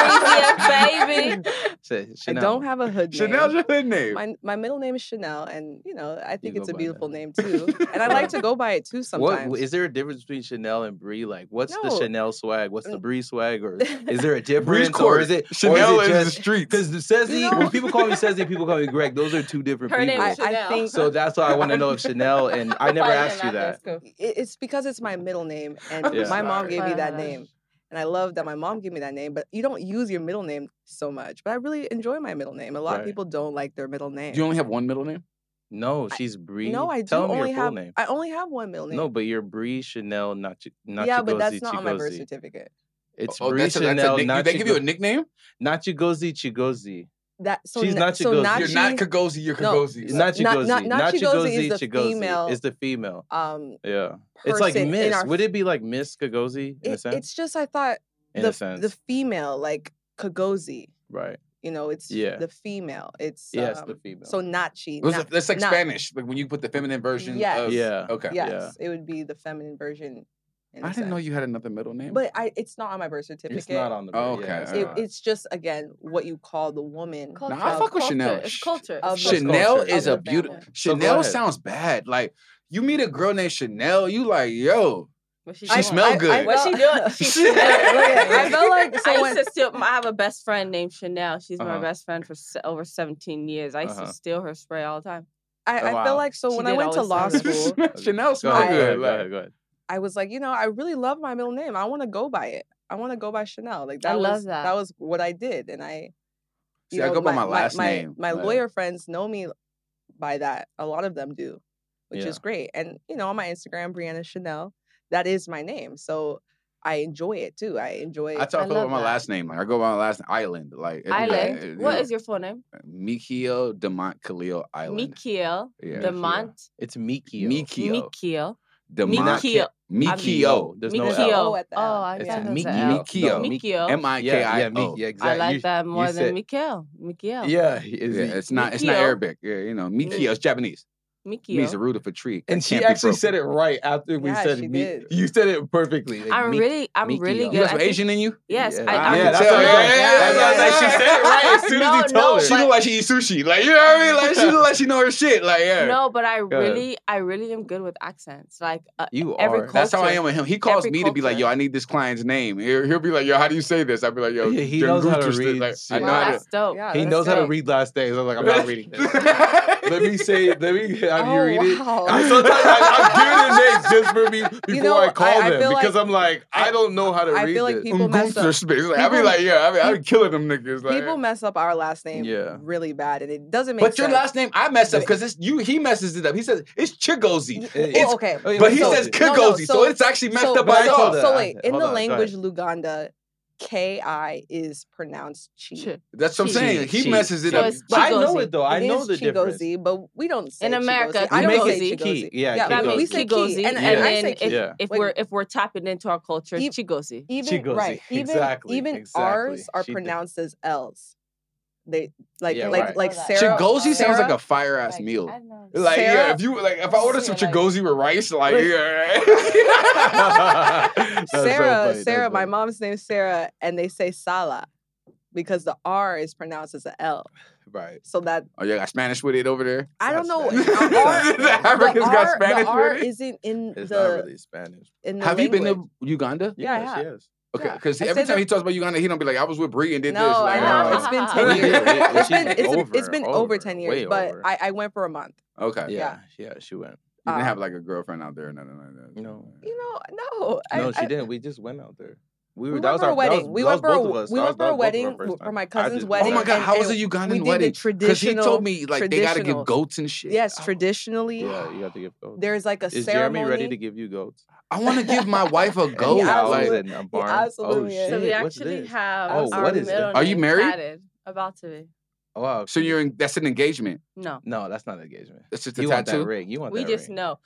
D: F, breezy F, baby.
B: Say-
C: I
B: Chanel.
C: don't have a hood. name.
A: Chanel's your hood name.
C: my my middle name is Chanel, and you know I think
B: go
C: it's a
B: by
C: beautiful
B: that.
C: name too, and I like to go by it too sometimes.
B: What is there a difference between Chanel and Brie? Like, what's the
C: No.
B: Chanel swag? What's the
C: Mm.
B: Brie swag? Or is there a
A: Breeze
B: difference? or
A: Court.
B: is it
A: Chanel
B: or is
A: is
B: it
A: in the
B: just
A: streets.
B: because Sezzy?
C: You know-
B: When people call me Sezzy, people call me Greg. Those are two different
D: Her name
B: people.
D: is
C: I- I
D: Chanel.
C: think-
B: so that's why I want to know if Chanel and I never asked you that.
C: It- it's because it's my middle name, and
B: Yeah.
C: my mom
D: Sorry.
C: gave me that
D: Uh,
C: name, and I love that my mom gave me that name. But you don't use your middle name so much. But I really enjoy my middle name. A lot
B: Right.
C: of people don't like their middle name.
A: Do you only have one middle name?
B: No, she's Brie.
C: no, I do
B: Tell me
C: only
B: your full
C: have
B: name.
C: I only have one middle name.
B: No, but you're Brie Chanel, not Ch- not
C: yeah, but that's
B: Chigozie,
C: not on my birth
B: Chigozie.
C: certificate.
B: It's
A: Oh,
B: Brie
A: that's a- that's a
B: Chanel,
A: nick-
B: not
A: They give you a
B: Chigo-
A: nickname?
B: not Chigozie Chigozie.
C: That so
B: She's
C: na-
B: not
C: so
B: Chigozie.
C: Nachi,
A: You're not Kagosi, you're
C: No,
A: Kagozi.
B: It's not
C: Not-
B: Chigozie.
C: not- not Chigozie is the
B: Chigozie.
C: female-
B: It's the female.
C: um
B: Yeah. It's like
C: person in
B: Miss.
C: our
B: Would it be like Miss Kagozi in a
C: it-
B: sense?
C: it's just I thought
B: in
C: the
B: a
C: f-
B: sense.
C: the female like Kagozi.
B: right.
C: You know, it's
B: Yeah.
C: the female. It's
B: Yes,
C: um,
B: the female.
C: So Nachi.
A: Let's-
C: not-
A: That's like
C: not-
A: Spanish. Like when you put the feminine version
C: Yes.
A: of.
B: Yeah.
A: Okay.
B: yeah.
C: Yes, it would be the feminine version. in a
A: I didn't know
C: sense.
A: you had another middle name.
C: But I, it's not on my birth certificate.
B: it's not on the.
A: Oh,
B: yeah,
A: okay,
B: it's
A: okay.
C: It,
B: not.
C: it's just again what you call the woman.
D: Culture.
A: Nah, I fuck with
D: Culture.
A: Chanel.
D: It's
A: Sh-
D: culture.
C: of
D: It's
C: the
D: culture.
A: Chanel
B: culture.
A: is
C: Of
A: a
C: the
A: beautiful.
C: family.
B: So go
A: Chanel
B: ahead.
A: sounds bad. Like you meet a girl named Chanel, you like, yo,
D: What
A: She
D: doing?
A: smell good.
D: What she doing? She
A: Shit.
D: smell good. I felt like
C: So
D: I
C: when-
D: used to steal. I have a best friend named Chanel. She's
B: Uh-huh.
D: my best friend for se- over 17 years. I used
B: Uh-huh.
D: to steal her spray all the time.
C: I, I
B: Wow.
C: feel like so
D: She
C: when I
D: did
C: went to
D: always
C: law
D: sound good.
C: school,
A: Chanel
B: Go
A: smell
B: ahead. Go
A: good.
B: ahead. Go
A: like-
B: ahead. Go ahead.
C: I was like, you know, I really love my middle name. I want to go by it. I want to go by Chanel. Like
D: I
C: that was
D: love
C: that.
D: that.
C: was what I did, and I.
A: See, I go by my last
C: my,
A: name,
C: My
A: like-
C: lawyer friends know me by that. A lot of them do, which
B: Yeah.
C: is great. And you know, on my Instagram, Brianna Chanel, that is my name. So I enjoy it too. I enjoy.
A: I talk
D: I
A: about
D: love
A: my
D: that.
A: last name. Like I go by my last name, Island. Like every
D: Island.
A: day.
D: What is your full name?
A: Mikio Demont Khalil Island?
D: Mikiel.
A: Yeah.
D: Demont.
B: It's Mikio.
A: Mikio.
D: Mikiel.
A: Demont.
D: Mikio.
A: Mikio.
B: There's no
D: Mikio.
B: L.
C: O at the
D: Oh,
C: end.
D: I
B: It's
D: thought it was a
B: Mikio.
D: L.
A: Mikio.
B: No,
D: Mikio.
A: M I K
B: Yeah, yeah,
A: I O.
B: Mi-
A: Yeah,
B: yeah, Oh, exactly.
D: I like
B: You-
D: that more
B: said-
D: than Mikiel. Mikiel.
B: Yeah, he is- he-
A: it's not. It's not
D: Mikio.
A: Arabic. Yeah, you know, Mikio. It's Japanese.
D: Mikiel.
A: Means the root of a tree.
B: and
A: That
B: she
A: can't be
B: actually said
A: broken.
B: it right after we
C: Yeah,
B: said
C: she
B: Mi-
C: did.
B: You said it perfectly. like,
D: I'm
B: Mi-
D: really, I'm
B: Mikio.
D: really
B: You
D: good.
A: You got
D: I
A: some
D: think-
A: Asian in you?
D: Yes,
B: Yeah.
D: I,
B: Ah,
D: I
B: yeah,
D: can
B: that's
D: tell.
B: what I-
D: you.
B: yeah, yeah,
A: That's what I was like, she said it right as soon as
D: No,
A: he told
D: no,
A: her. She look
D: but-
A: like she eat sushi. Like, you know what I mean? Like, she look like she know her shit. Like, yeah.
D: No, but I
B: Go ahead.
D: really, I really am good with accents. Like uh,
B: You
D: every
B: are.
D: culture.
A: That's how I am with him. He calls
D: Every
A: me to be like, yo,
D: culture.
A: I need this client's name. He'll, he'll be like, yo, how do you say this? I'll be like, yo,
B: Yeah, he knows how to
A: Jangutus,"
B: read
A: Like, I
B: shit.
A: know
D: Well,
A: how to.
D: that's dope.
C: Yeah,
B: He
C: that's
B: knows how to
C: dope.
B: read last names. I was like, I'm not reading this.
A: Let
B: let me say, let me. how do you
A: Oh,
B: read it?
C: Oh, wow.
B: I, sometimes I, I'm giving the names just for me before
C: You know,
B: I call
C: I- I
B: them
C: feel
B: because
C: like-
B: I'm like I don't know how to
C: I
B: read
C: feel like
B: this.
C: people mess up.
A: Space. Like, I be
C: people-
A: like, yeah, I mean, I be killing them niggas. Like,
C: People mess up our last name
B: Yeah.
C: really bad, and it doesn't make
A: but
C: sense.
A: your last name, I mess up because it's you. He messes it up. He says it's Chigozy,
B: It-
C: Well,
A: it's-
C: okay.
B: Oh, yeah,
A: but he
C: so-
A: says
C: no,
A: Kigozy,
C: no,
A: so, it's actually messed
C: so,
A: up by
B: I told
A: y'all.
B: her-
C: So
B: I-
C: wait, in
B: hold
C: the
B: on, go
C: language Luganda, Ki is pronounced chi.
D: Chi.
A: That's what I'm
D: She-
A: saying. He
B: she-
A: messes it
D: So
A: up.
D: it's
B: I know
D: Chigozie.
B: it though. I
C: It
B: know
C: is
B: the difference.
C: Chigozie, but we don't say
D: In America,
C: Chigozie.
D: we
C: I don't
D: make
C: say
B: it ki.
C: Chigozie.
B: Yeah,
C: yeah
D: That
B: Chigozie.
C: we
D: means
C: say
D: Chigozie.
C: ki, and,
B: Yeah.
C: and I
D: And
C: say ki.
D: if,
B: Yeah.
D: if
C: Wait.
D: we're if we're tapping into our culture,
C: Ye-
D: Chigozie.
C: Even
B: Chigozie.
C: right, even
B: Exactly,
C: even
B: exactly.
C: R's are
B: She did.
C: pronounced as L's. They like
B: Yeah,
C: like
B: right.
C: like
D: Chigozie
C: Sarah.
A: Chigozy sounds like
C: Sarah-
A: a fire ass meal. Like yeah,
C: Sarah-
A: if you like, if I order some
D: Yeah, like-
A: Chigozy with rice, like yeah.
B: That's so
C: Sarah,
B: funny, that's
C: Sarah, my
B: funny.
C: mom's name's Sarah, and they say Sala because the R is pronounced as a L.
A: right.
C: So that
A: Oh, you got Spanish with it over there.
C: I don't know.
B: That's
C: uh,
B: bad.
C: R,
B: The
C: the
A: Africans got
C: R-
A: Spanish
C: The R
A: with it?
C: isn't in
B: It's
C: the
B: not really Spanish.
C: in the
A: Have you
C: language.
A: been to Uganda?
C: Yeah, I
B: Yes,
C: have.
B: yes.
A: Okay,
C: Yeah.
A: because
C: I
A: every
C: said
A: time
C: that-
A: he talks about Uganda, he don't be like, "I was with Bree and did
C: no,
A: this."
C: I
A: Like,
C: have.
B: no.
C: It's been
D: Oh,
C: ten years.
B: yeah, yeah,
C: It's been
B: she-
C: it's,
B: over,
C: it's been over,
B: over,
C: ten
B: way
C: years, but
B: over.
C: I, I went for a month.
A: Okay, you
B: Yeah, yeah, she went.
A: didn't
C: Uh,
A: have like a girlfriend out there, or nothing like that. Oh
B: No.
C: You know, no, I,
B: No, she
C: I,
B: didn't. We just went out there. We
C: We
B: were. That
C: went
B: was
C: for
B: our
C: a
B: that was-
C: wedding. We
B: that was
C: went for a
B: both of us. That was-
C: we went for a
B: that was both of our
C: wedding
B: first
C: for my
B: time. I
C: cousin's
B: just-
A: Oh
C: wedding.
A: my god, how was
C: and
A: the Ugandan
C: we did the
A: wedding? he
C: traditional-
A: told me like they gotta
C: traditional-
A: give goats and shit.
C: Yes,
A: I-
C: traditionally,
B: Yeah, you got to give goats.
C: there's like a
B: Is
C: ceremony.
B: Jeremy ready to give you goats?
A: I want to give my wife a
B: And
A: goat.
C: Yeah,
B: cows
A: like,
C: absolutely.
B: and a barn. oh,
C: absolutely
B: shit.
C: is.
D: So we
B: what's
D: actually
B: this?
D: have
B: Oh,
D: our
B: what is
D: middle
B: that?
A: Are you
D: name
A: married?
D: tatted. About to be.
B: Oh, wow.
A: so you're in, that's an engagement.
D: No.
B: No, that's not an engagement.
A: That's just a
B: You want that
A: tattoo.
B: ring? You want
D: We
B: that
D: just
B: ring?
D: know.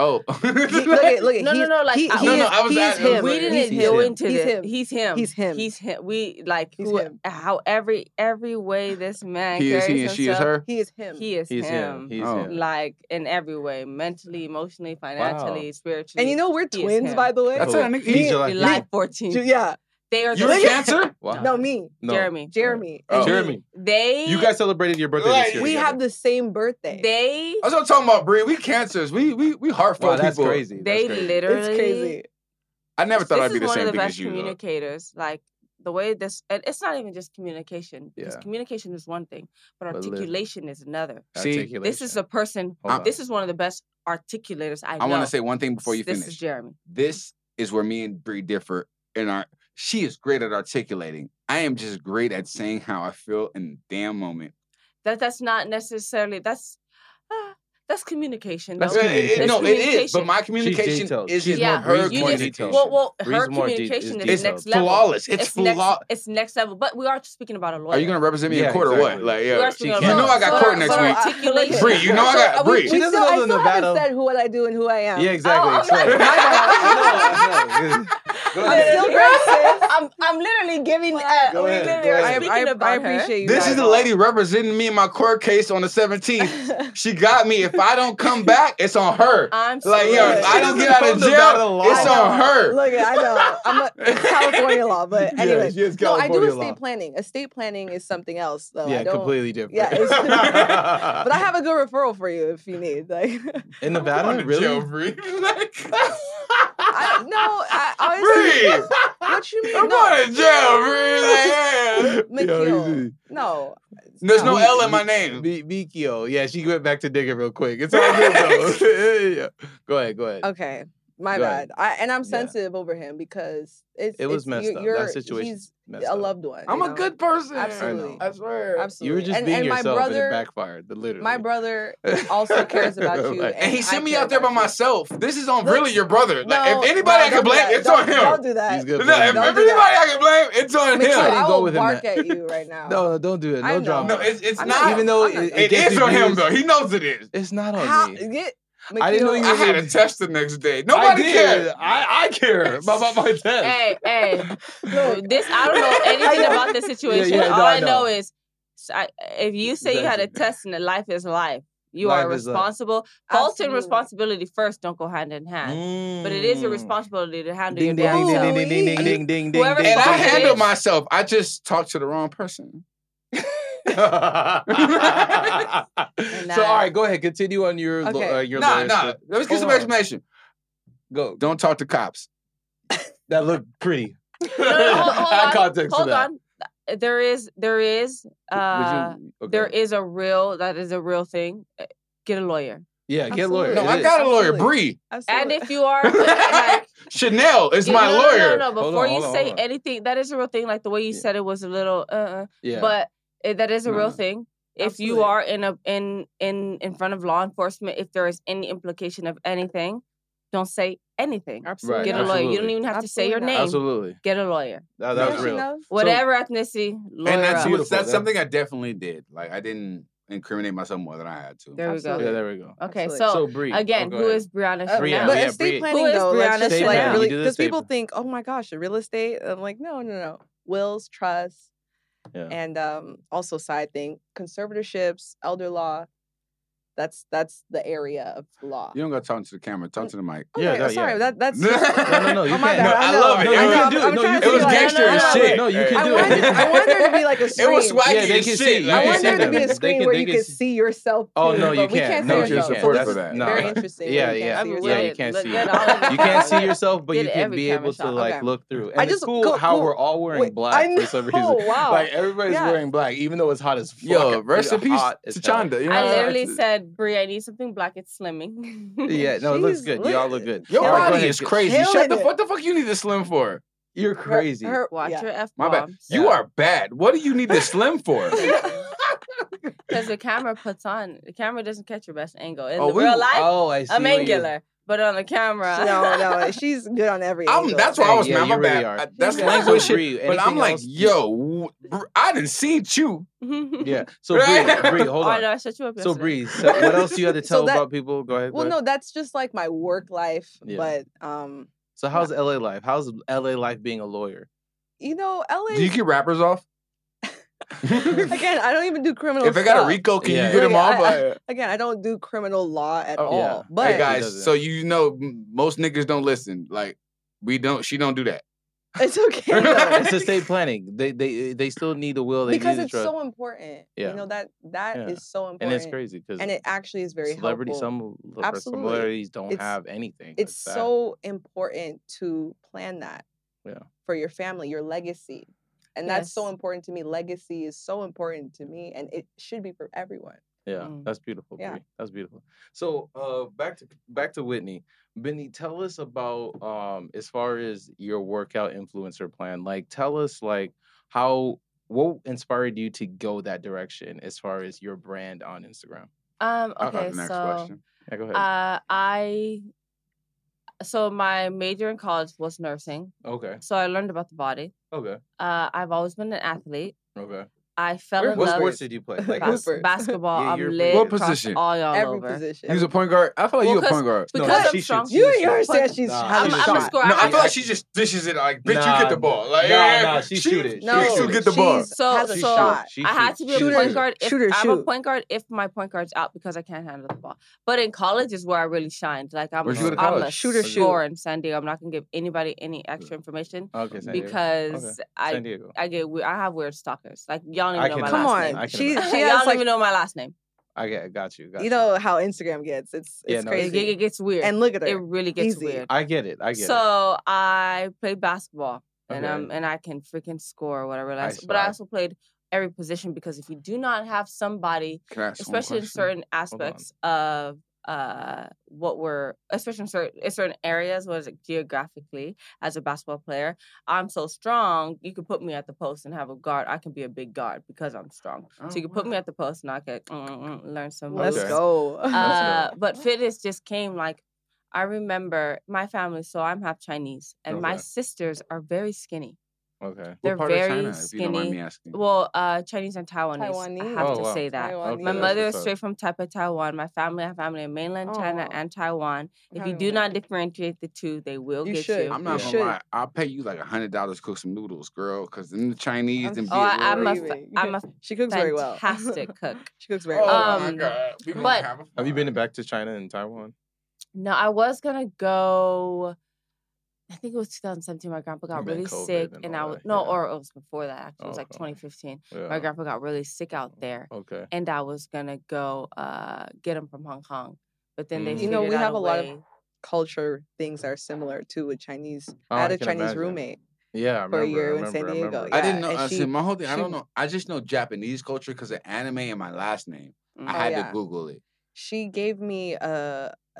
A: Oh,
C: He- look at look at
D: No, no,
C: he-
D: no, like,
C: he,
D: I-
C: he
D: No,
C: is,
D: no,
A: I was
C: he is
A: asking, I was
C: him.
D: We
A: like-
D: didn't
B: He's
D: go
B: him.
D: into
C: He's
D: this.
C: him.
D: He's him.
C: He's him.
D: He's him. We like
C: He's
D: who,
C: him.
D: how every every way this man
A: he is
D: carries
A: he and she is
D: himself,
A: her.
C: He is him.
D: He is
B: He's
D: him.
B: him. He's
A: Oh.
B: him.
D: Like in every way, mentally, emotionally, financially, spiritually.
C: and you know we're
D: he is
C: twins,
D: him.
C: by the way.
A: That's
B: Cool.
A: a nigga.
B: He's
A: He,
B: your
D: July,
B: like,
D: 14th.
C: Ju- yeah.
D: They are
A: you
D: the
C: Look at-
A: cancer?
B: wow.
C: No, me,
B: No.
D: Jeremy.
C: Jeremy.
A: Oh.
C: and me.
B: Jeremy.
D: They
B: You guys celebrated your birthday
A: Like,
B: this year.
C: We
B: together.
C: have the same birthday.
D: they
A: That's what I'm talking about, Bree. We cancers. We we we heartfelt
B: Wow, that's
A: people.
B: crazy. That's
D: they
B: crazy.
D: literally
C: it's crazy.
A: I never thought
D: this
A: I'd be
D: is
A: the
D: one
A: same
D: of the
A: thing
D: best
A: as you. though.
D: communicators. Like the way this, and it's not even just communication. Because
B: Yeah.
D: communication is one thing, but
B: But living.
D: articulation is another.
A: See,
D: This is a person.
B: Hold
D: This
B: on.
D: is one of the best articulators I
A: I
D: know.
A: want to say one thing before you
D: this
A: finish.
D: is Jeremy.
A: this is where me and Bree differ in our she is great at articulating. I am just great at saying how I feel in the damn moment.
D: That that's not necessarily that's ah, that's communication.
B: That's
D: though.
A: It- it-
B: communication.
A: no, it is, but
D: communication.
A: my communication
B: detailed.
A: is
B: She's
A: just
D: more
A: her
D: reasonable, more
A: communication.
B: detailed.
D: Well, well, her
B: Reason more de- is
D: communication is,
B: detailed.
D: next
A: it's
D: level.
A: flawless. It's, flaw.
D: next. It's next level. But we are speaking about a lawyer.
A: Are you gonna represent me
B: Yeah,
A: in court or what?
B: exactly.
A: Like,
D: We are
A: yeah,
D: speaking
B: she
D: about
B: can't.
D: a
B: You know
D: lawyer.
B: I got
D: So-
B: court next
D: so
A: week.
D: Articulation.
A: Bree, you know I got-
C: So, uh, we-
A: Bree.
C: we
B: She doesn't
C: still-
B: know
C: I
B: the
C: still haven't
B: Nevada-
C: said who I do and who I am.
B: Yeah, exactly.
D: I'm
B: explain.
D: like-
B: No, no, Go
C: I'm
B: ahead.
C: still great, sis.
D: I'm I'm literally giving. Uh,
B: Go
D: we
B: ahead,
D: literally
B: go
D: are
B: ahead.
C: I,
D: speaking
C: I,
D: about
C: I
D: her.
C: appreciate you.
A: This is
C: guys
A: the
C: all.
A: lady representing me in my court case on the 17th. She got me. If I don't come back, it's on her.
D: I'm
A: Like,
D: serious.
A: yo, if I don't get out of
B: She doesn't know the
A: jail,
B: law.
A: it's
C: I
A: on
C: know.
A: her.
C: Look, I know. I'm a it's California law, but
B: Yeah,
C: anyway.
B: she is
C: no, I do
B: California
C: estate
B: law.
C: planning. Estate planning is something else, though. I
B: Yeah,
C: don't,
B: completely different.
C: Yeah, it's- But I have a good referral for you if you need. Like,
B: in
A: I'm going
B: Nevada,
A: to
B: really?
A: jail, Bree. Like-
C: I, no, I honestly.
A: Bree!
C: What you mean?
A: I'm
C: no,
A: going to jail, Bree. Like,
C: McKeel. No.
A: There's no
C: Stop.
A: L in my name.
B: Mi- Mikio. Yeah, she went back to digging real quick. It's all good though. Yeah, yeah. Go ahead, go ahead.
C: Okay, my
B: Go ahead.
C: bad. I, and I'm
B: Yeah.
C: sensitive over him because it's
B: It was
C: it's-
B: messed
C: you're-
B: up. That
C: you're-
B: situation's
C: He's
B: messed
C: a
B: up.
C: loved one.
A: I'm
C: you
A: a
C: know?
A: good person.
C: Absolutely.
A: I swear.
C: Absolutely.
B: You were just
C: and,
B: being
C: and
B: yourself
C: my brother,
B: and it backfired, literally.
C: My brother also cares about you.
B: Like-
C: and,
A: And he
C: I
A: sent me
C: care
A: out there by
C: about you.
A: myself. This is on
C: Look,
A: really your brother.
C: No,
A: Like, if
C: no,
A: anybody I can
C: don't do
A: blame,
C: that.
A: it's
C: Don't-
A: on him.
C: Don't do that.
B: He's
A: No,
B: good. for
A: if
B: him.
C: Don't do
A: everybody
C: that.
A: I can blame, it's on
C: Mikhail,
B: I
A: him.
B: didn't
C: I
B: go
C: will
B: with him
C: bark
B: that-
C: at you right now.
B: No, no, don't do it.
C: I
B: No
C: know.
B: drama.
A: No, it's, it's
C: I'm
A: not.
C: not-
B: Even though
C: I'm not-
B: it,
A: it
B: gets
A: is on him
B: abused,
A: though. He knows it is.
B: It's not on
C: How,
B: me.
C: get,
B: I didn't know
C: Mikhail,
B: you
A: I
B: were-
A: had a test the next day. Nobody
B: I did.
A: cared.
B: I, I care about my, my test.
D: Hey, hey.
C: Look,
D: This I don't know anything
C: know.
D: about this situation.
B: yeah, no,
D: All
B: I
D: I know
B: know.
D: is, s- I- if you say you had a
B: Exactly.
D: test and that life is life, you are
B: Life is life.
D: responsible. Fault and
C: Absolutely.
D: responsibility first don't go hand in hand, but it is your responsibility to handle
B: Mm. Ding ding
D: your damn
B: ding
C: Oh,
D: self.
B: ding ding ding ding
C: yeah.
B: ding ding ding.
D: Whoever
A: And I
D: fucking
A: handle
D: bitch.
A: myself. I just talked to the wrong person.
D: And
B: so all
D: I-
B: right, go ahead. Continue on your lo-
C: Okay.
B: uh, your
A: Nah,
B: lawyer's
A: nah.
B: shit.
A: Let's get
B: Hold
A: some
B: on.
A: explanation.
B: Go.
A: Don't talk to cops.
B: That looked pretty.
D: No, no, hold, hold
B: Eye
D: on.
B: contact for
D: hold
B: that.
D: on. There is, there is, uh,
B: Would you, okay.
D: there is a real that is a real thing. Uh, Eh, Get a lawyer.
B: Yeah, get a lawyer.
A: No,
B: It
A: I
B: is.
A: got a lawyer,
C: Absolutely.
A: Bree.
D: And
C: Absolutely.
D: if you are like
A: Chanel is
D: Yeah,
A: my
D: no, no,
A: lawyer.
D: No, no,
B: Hold
D: Before
B: on, hold
D: you
B: on,
D: say
B: hold on.
D: anything, that is a real thing. Like the way you
B: Yeah.
D: said it was a little, uh, uh
B: Yeah. Mm-hmm.
D: but it, that is a
A: No,
D: real
A: no.
D: thing. If you
C: Absolutely.
D: are in a in in in front of law enforcement, if there is any implication of anything, don't say anything.
C: Absolutely.
A: Right,
D: Get a
C: not.
D: lawyer. You don't
B: absolutely.
D: even have to say your
C: Absolutely
D: name.
C: not.
B: absolutely.
D: Get a lawyer.
B: That, that was
C: Yeah,
B: real.
C: she knows.
D: Whatever ethnicity, lawyer.
A: and that's
D: up.
A: what,
B: Beautiful,
A: that's
B: that-
A: something I definitely did. Like I didn't incriminate myself more than I had to.
D: There we go.
C: Absolutely.
B: Yeah, there we go.
D: Okay,
C: Absolutely.
D: so,
B: So Bree,
D: again, who is Brianna
C: Uh,
B: Brianna,
D: Chanel?
C: but
B: yeah,
C: estate
B: Bree.
C: planning
D: Who is
C: though, let's
D: Brianna
C: just
D: Estate
C: like
D: planning.
B: You
C: really
B: do the
C: because
B: estate
C: people
B: plan.
C: think, oh my gosh, real estate. I'm like, no, no, no. Wills, trusts,
B: Yeah.
C: and um, also side thing, conservatorships, elder law. That's that's the area of law.
A: You don't got to talk to the camera. Talk to the mic.
C: Oh,
B: Yeah,
C: wait,
B: no,
C: sorry,
B: yeah.
C: that that's
A: No,
B: No, no, no. You
C: Oh, my
B: can't.
A: No,
C: bad.
A: I
C: know,
A: love it.
B: No,
A: I know,
B: you can
C: I'm-
B: do
C: I'm
B: it. No,
C: trying
B: you
C: to
A: It
B: can
A: was
B: do
C: be like-
A: gangster
D: no,
A: as
D: no, no,
A: shit.
B: No, you
A: Hey.
B: can
C: I
B: do
C: wanted,
B: it.
C: I wanted there to be like a screen.
A: It was swaggy
B: Yeah, they
A: as
B: can
A: shit.
B: see.
A: like,
C: I
B: Yeah,
C: wanted there to
B: them.
C: be
B: They
C: a screen
B: can-
C: where
B: they
C: you
B: can
C: could
B: see-
C: see yourself.
B: Oh,
C: too,
B: no, you
C: but we
B: can't.
C: can't.
B: No,
C: see
B: you
C: ourselves,
A: can't.
C: so this
A: That's-
C: is
A: no.
C: Very interesting.
B: Yeah,
C: we can't
B: yeah,
C: see
D: I'm
C: yourself.
B: yeah.
D: with
B: You
D: it.
B: can't
D: Look
B: see.
D: good.
B: it.
D: All of
B: You can't
D: it. All
B: see
D: of it.
B: yourself, but
D: Did
B: you can
D: every
B: be
D: camera
B: able to
D: shot.
B: like
C: Okay.
B: look through.
C: I
B: And it's
C: just
B: cool
C: go-
B: how
C: go-
B: we're all wearing
C: Wait, I
B: black
C: know.
B: for some reason.
C: Wow.
B: Like everybody's
C: Yeah.
B: wearing black, even though it's hot as fuck.
A: Yo, rest
B: It's
A: in peace,
B: hot as hell.
A: Tichanda. You know,
D: I literally
A: that's-
D: said, Brie, I need something black. It's slimming.
B: Yeah, no, it looks
C: Jeez,
B: good.
C: look
B: Y'all
C: at-
B: look good.
A: your
B: All right, go
A: body
B: ahead.
A: is crazy.
C: Killing
A: Shut the
C: it.
A: what the fuck you need to slim for?
B: You're
C: Her-
B: crazy.
C: her-
D: Watch
C: yeah.
D: your F
A: My bad.
D: bombs.
A: You are bad. What do you need to slim for?
D: Because the camera puts on, the camera doesn't catch your best angle. In
A: Oh,
D: the
A: we-
D: real life,
B: oh, I see.
D: I'm
B: what you-
D: angular, but on the camera,
C: No, no, she's good on every.
A: I'm,
C: angle.
A: that's why I was
B: Yeah,
A: mad.
B: you
A: My
B: really
A: bad.
B: are.
A: I- that's
B: Yeah.
A: language
B: So,
A: shit.
B: Bree,
A: But I'm
B: anything
A: like,
B: else?
A: yo, w- br- I didn't see you.
B: Yeah. So Bree, Bree, hold
D: oh,
B: on.
D: no, Oh, I shut you up.
B: So
D: yesterday.
B: Bree, so what else you had to
C: So
B: tell
C: that-
B: about people? Go ahead. go
C: Well,
B: ahead.
C: no, that's just like my work life.
B: Yeah.
C: But um,
B: So how's LA life? How's LA life being a lawyer?
C: you know, LA.
A: Do you get rappers off? if
C: again, I don't even do criminal.
A: I got a
C: stuff.
A: Rico, can
B: Yeah.
A: you get him
C: Like,
A: off?
C: I- I-
A: Uh,
C: Again, I don't do criminal law at
A: Oh,
C: all.
B: yeah.
C: But
A: hey
B: He
A: guys,
B: doesn't.
A: so you know, m- most niggas don't listen. Like we don't. She don't do that.
C: it's okay
B: No,
C: though,
B: it's estate planning. They they they still need the will. They
C: because
B: need
C: it's
B: the trust.
C: so important.
B: Yeah.
C: You know that that is
B: Yeah.
C: so important,
B: and it's crazy because
C: and it actually is very
B: celebrity.
C: helpful.
B: Some l- or
C: Absolutely.
B: celebrities don't
C: It's-
B: have anything.
C: it's
B: That's sad.
C: so important to plan that
B: Yeah.
C: for your family your legacy and that's so
D: Yes.
C: important to me legacy is so important to me and it should be for everyone
B: Yeah,
D: Mm.
B: that's beautiful.
C: Yeah.
B: Bree. That's beautiful. So uh back to back to Whitney. Benny, tell us about um as far as your workout influencer plan. Like tell us like how what inspired you to go that direction as far as your brand on Instagram?
D: Um,
A: I got
D: okay,
A: the next
D: so
A: question.
B: Yeah, go ahead.
D: uh, I, so my major in college was nursing.
B: okay.
D: So I learned about the body.
B: Okay.
D: Uh, I've always been an athlete.
B: Okay.
D: I fell
C: Where-
D: in
B: What
D: love.
B: sports did you play? Like
D: Bas-
C: Hooper.
D: basketball.
B: Yeah,
D: I'm
B: you're a
D: lit.
A: What
D: across
A: position?
D: All y'all
C: every
D: over.
C: position
A: You was a point guard. I feel like
D: Well,
A: you a
D: 'cause-
A: point guard.
D: because
B: no,
D: I'm
B: she
D: strong-
B: shoots.
C: you
B: she
C: and yours
B: shoots.
C: said she's
B: Nah,
D: I'm,
B: she
D: I'm a
B: shot.
D: scorer.
A: No,
D: I
A: I
D: can
A: feel like she just dishes it. Like, bitch, you get
B: Nah,
A: the ball. Like,
B: nah,
A: yeah,
B: nah, she shoot it. She
C: No.
A: she still
C: shoot
A: get
B: it.
A: the ball.
C: She's-
D: So,
C: has a
B: She
D: so
C: shot.
B: She
D: I had
B: shoots.
D: to be
B: She
D: a point
B: shoots.
D: guard. If
C: Shooter,
D: I'm a
C: shoot.
D: point guard, if my point guard's out because I can't handle the ball. But in college is where I really shined. Like I'm,
A: Where'd you go to
D: I'm a
A: college?
D: shooter
C: Shooter, shoot.
D: scorer in San Diego. I'm not gonna give anybody any extra information
B: Okay, San Diego.
D: because
B: San
D: I,
B: Diego.
D: I get, we- I have weird stalkers. Like y'all don't
B: I
D: even know
B: can
D: my
C: come
B: imagine.
D: last
C: on
D: name.
B: I can
C: she she
B: imagine.
D: y'all
C: has
D: don't
C: like
D: even know my last name.
B: I get got you. Got
C: you know how instagram gets it's
B: Yeah,
C: it's
B: no,
D: It,
C: crazy
D: get- it gets weird.
C: and look at her
D: it really gets
C: Easy.
D: weird.
B: I get it. I get it.
D: so I played basketball and
B: Okay.
D: um and I can freaking score what I realized. but
B: saw.
D: I also played every position because if you do not have somebody,
A: Can I ask one
D: especially in
A: question?
D: certain
B: on.
D: aspects of uh what we're especially in certain, in certain areas what is it geographically as a basketball player i'm so strong you could put me at the post and have a guard i can be a big guard because i'm strong so you could put me at the post and i could mm, mm, mm, learn some
C: let's
D: moves.
B: Oh, Okay.
C: go
B: Let's go.
D: Uh, but fitness just came like I remember my family, so I'm half Chinese, and my
B: Okay.
D: sisters are very skinny.
B: okay.
D: They're
A: what part of
D: very
A: China, if you don't mind
D: skinny.
A: me asking.
D: Well, uh, Chinese and Taiwanese. I
C: Taiwanese.
D: have
B: Oh,
D: to
B: wow.
D: say that.
C: Taiwanese.
B: Okay,
D: My
B: that's
D: mother
B: what's
D: is
B: up.
D: straight from Taipei, Taiwan. My family, I have family in mainland China
C: Oh,
D: and Taiwan. If you do
C: Taiwan.
D: not differentiate the two, they will
C: You
D: get
C: should.
D: you.
A: I'm not
B: Yeah.
A: gonna
C: Should.
A: lie. I'll pay you like a hundred dollars to cook some noodles, girl. Cause then the Chinese
C: I'm
A: and
D: Oh, I- I'm a,
C: Believe
D: fa-
C: it.
D: I'm a
C: she cooks very well
D: fantastic cook.
C: she cooks very
A: Oh
C: well
D: Um,
A: my god. We gonna
D: but-
A: have, a
B: Have you
A: fun.
B: been back to China and Taiwan?
D: No, I was gonna go. I think it was 2017. My grandpa got
B: And then
D: really
B: COVID
D: sick,
B: and
D: and I
B: all
D: was
B: that,
D: no,
B: yeah.
D: or it was before that. Actually, it was like
B: Okay. Oh.
D: 2015.
B: Yeah.
D: My grandpa got really sick out there,
B: Okay.
D: and I was gonna go uh, get him from Hong Kong, but then they
B: Mm.
D: you know we have a, lot of
C: culture things are similar too with chinese
B: Oh,
C: i had
B: I
C: a
B: can
C: chinese
B: imagine.
C: roommate
B: Yeah, I remember.
C: for a
B: I
C: year in
B: remember,
C: San
B: I
C: Diego,
B: remember.
A: I
C: yeah,
A: didn't know.
C: and
A: I
C: she-
A: said my whole thing. I
C: she-
A: don't know. I just know Japanese culture because of anime and my last name. I
C: Oh,
A: had
C: yeah.
A: to Google it.
C: she gave me a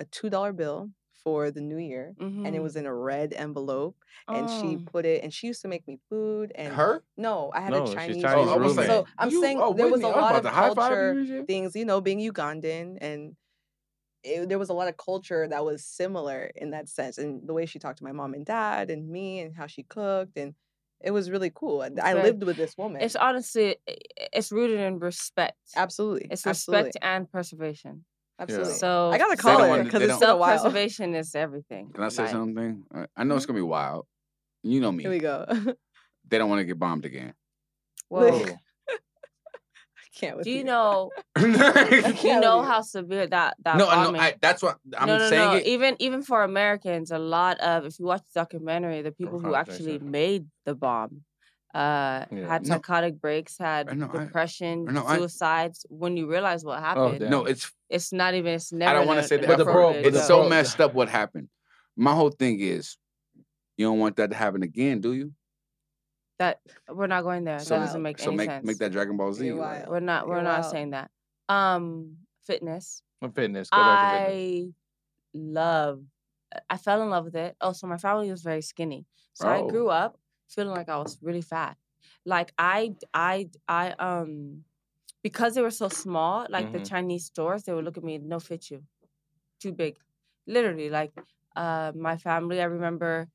C: a two dollar bill for the new year, and it
D: Mhm.
C: was in a red envelope, and she
D: Oh.
C: put it. And she used to make me food. And
A: Her? Oh,
C: No, I had
B: No,
C: a
B: she's
C: Chinese.
B: Chinese
C: roommate.
B: roommate.
C: so I'm
A: You-
C: saying
A: oh,
C: there was
A: Whitney,
C: a
A: I
C: lot
A: about
C: of
A: to high-five you
C: culture
A: and shit.
C: things, you know, being Ugandan and it, there was a lot of culture that was similar in that sense and the way she talked to my mom and dad and me and how she cooked and it was really cool. And I
D: Very-
C: lived with this woman.
D: It's honestly, i- it's rooted in respect.
C: absolutely.
D: It's
C: absolutely,
D: respect and preservation.
C: Absolutely.
D: So
C: I got a
A: don't
C: call
A: wanna-
C: it because
A: they
C: it's
A: don't-
C: been a while.
D: Self-preservation is everything.
A: Can I say
D: Like,
A: something? I- I know it's gonna be wild. You know me.
C: Hmm? Here we go. I
A: They don't want to get bombed again.
D: Whoa.
C: Look.
B: Oh,
C: can't with
D: Do you know? you
C: can't
D: know
C: with you.
D: how severe that that
A: no, I
D: bombing?
A: know. I, that's what I'm
D: no, no,
A: saying.
D: no.
A: It.
C: E
D: Even even for Americans, a lot of if you watch the documentary, the people who
B: Profound things
D: actually
B: happen.
D: made the bomb uh,
B: Yeah.
D: had
A: No.
D: psychotic breaks, had
A: I know, I-
D: depression,
A: I know, I-
D: suicides. when you realize what happened,
B: damn.
A: No, it's.
D: it's not even. It's never.
A: I don't want to
D: an-
A: say
D: an
A: that.
B: But the pro-
D: appropriate
B: but the
A: it's
D: joke.
A: so messed up what happened. My whole thing is, you don't want that to happen again, do you?
D: that we're not going there.
A: So-
D: that doesn't make
A: so
D: any
A: make
D: sense.
A: make that Dragon Ball Z.
C: You're
A: like-
C: wild.
D: We're not. We're
C: You're
D: not
C: wild.
D: saying that. Um, fitness.
B: I'm fitness. Go back to fitness.
D: I love. uh, I fell in love with it. Oh, so my family was very skinny, so
A: Oh.
D: I grew up feeling like I was really fat. Like I, I, I, um, because they were so small, like the
B: Mhm.
D: Chinese stores, they would look at me, no fit you, too big, literally. Like, uh, my family, I remember.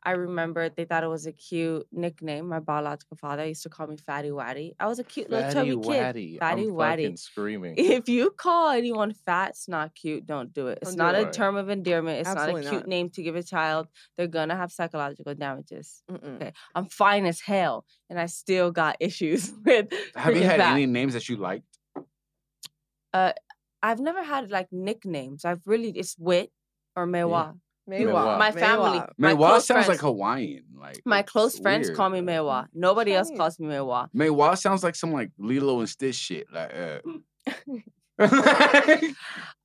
D: I remember they thought it was a cute nickname. My biological father used to call me Fatty Waddy. I was a cute little chubby
B: Fatty
D: kid.
B: Waddy.
D: Fatty
B: I'm
D: Waddy
B: fucking screaming.
D: if you call anyone fat, it's not cute. Don't do it. It's
C: Don't
D: not a
C: do
B: it.
D: term of endearment. It's
C: Absolutely
D: not a cute
C: not.
D: name to give a child. They're gonna have psychological damages.
C: Mm-mm.
D: Okay, I'm fine as hell, and I still got issues with.
A: Have you
D: freaking
A: had
D: fat.
A: any names that you liked?
D: I've never had like nicknames. I've really it's wit or mewa.
C: Mewa.
D: My family,
C: Mewa.
D: my
A: Mewa
D: close
A: sounds
D: friends,
A: like Hawaiian. Like
D: my
A: it's
D: close friends
A: weird.
D: call me mewa. Nobody else
C: Chinese.
D: calls me mewa.
A: Mewa sounds like some like Lilo and Stitch shit. Like, uh.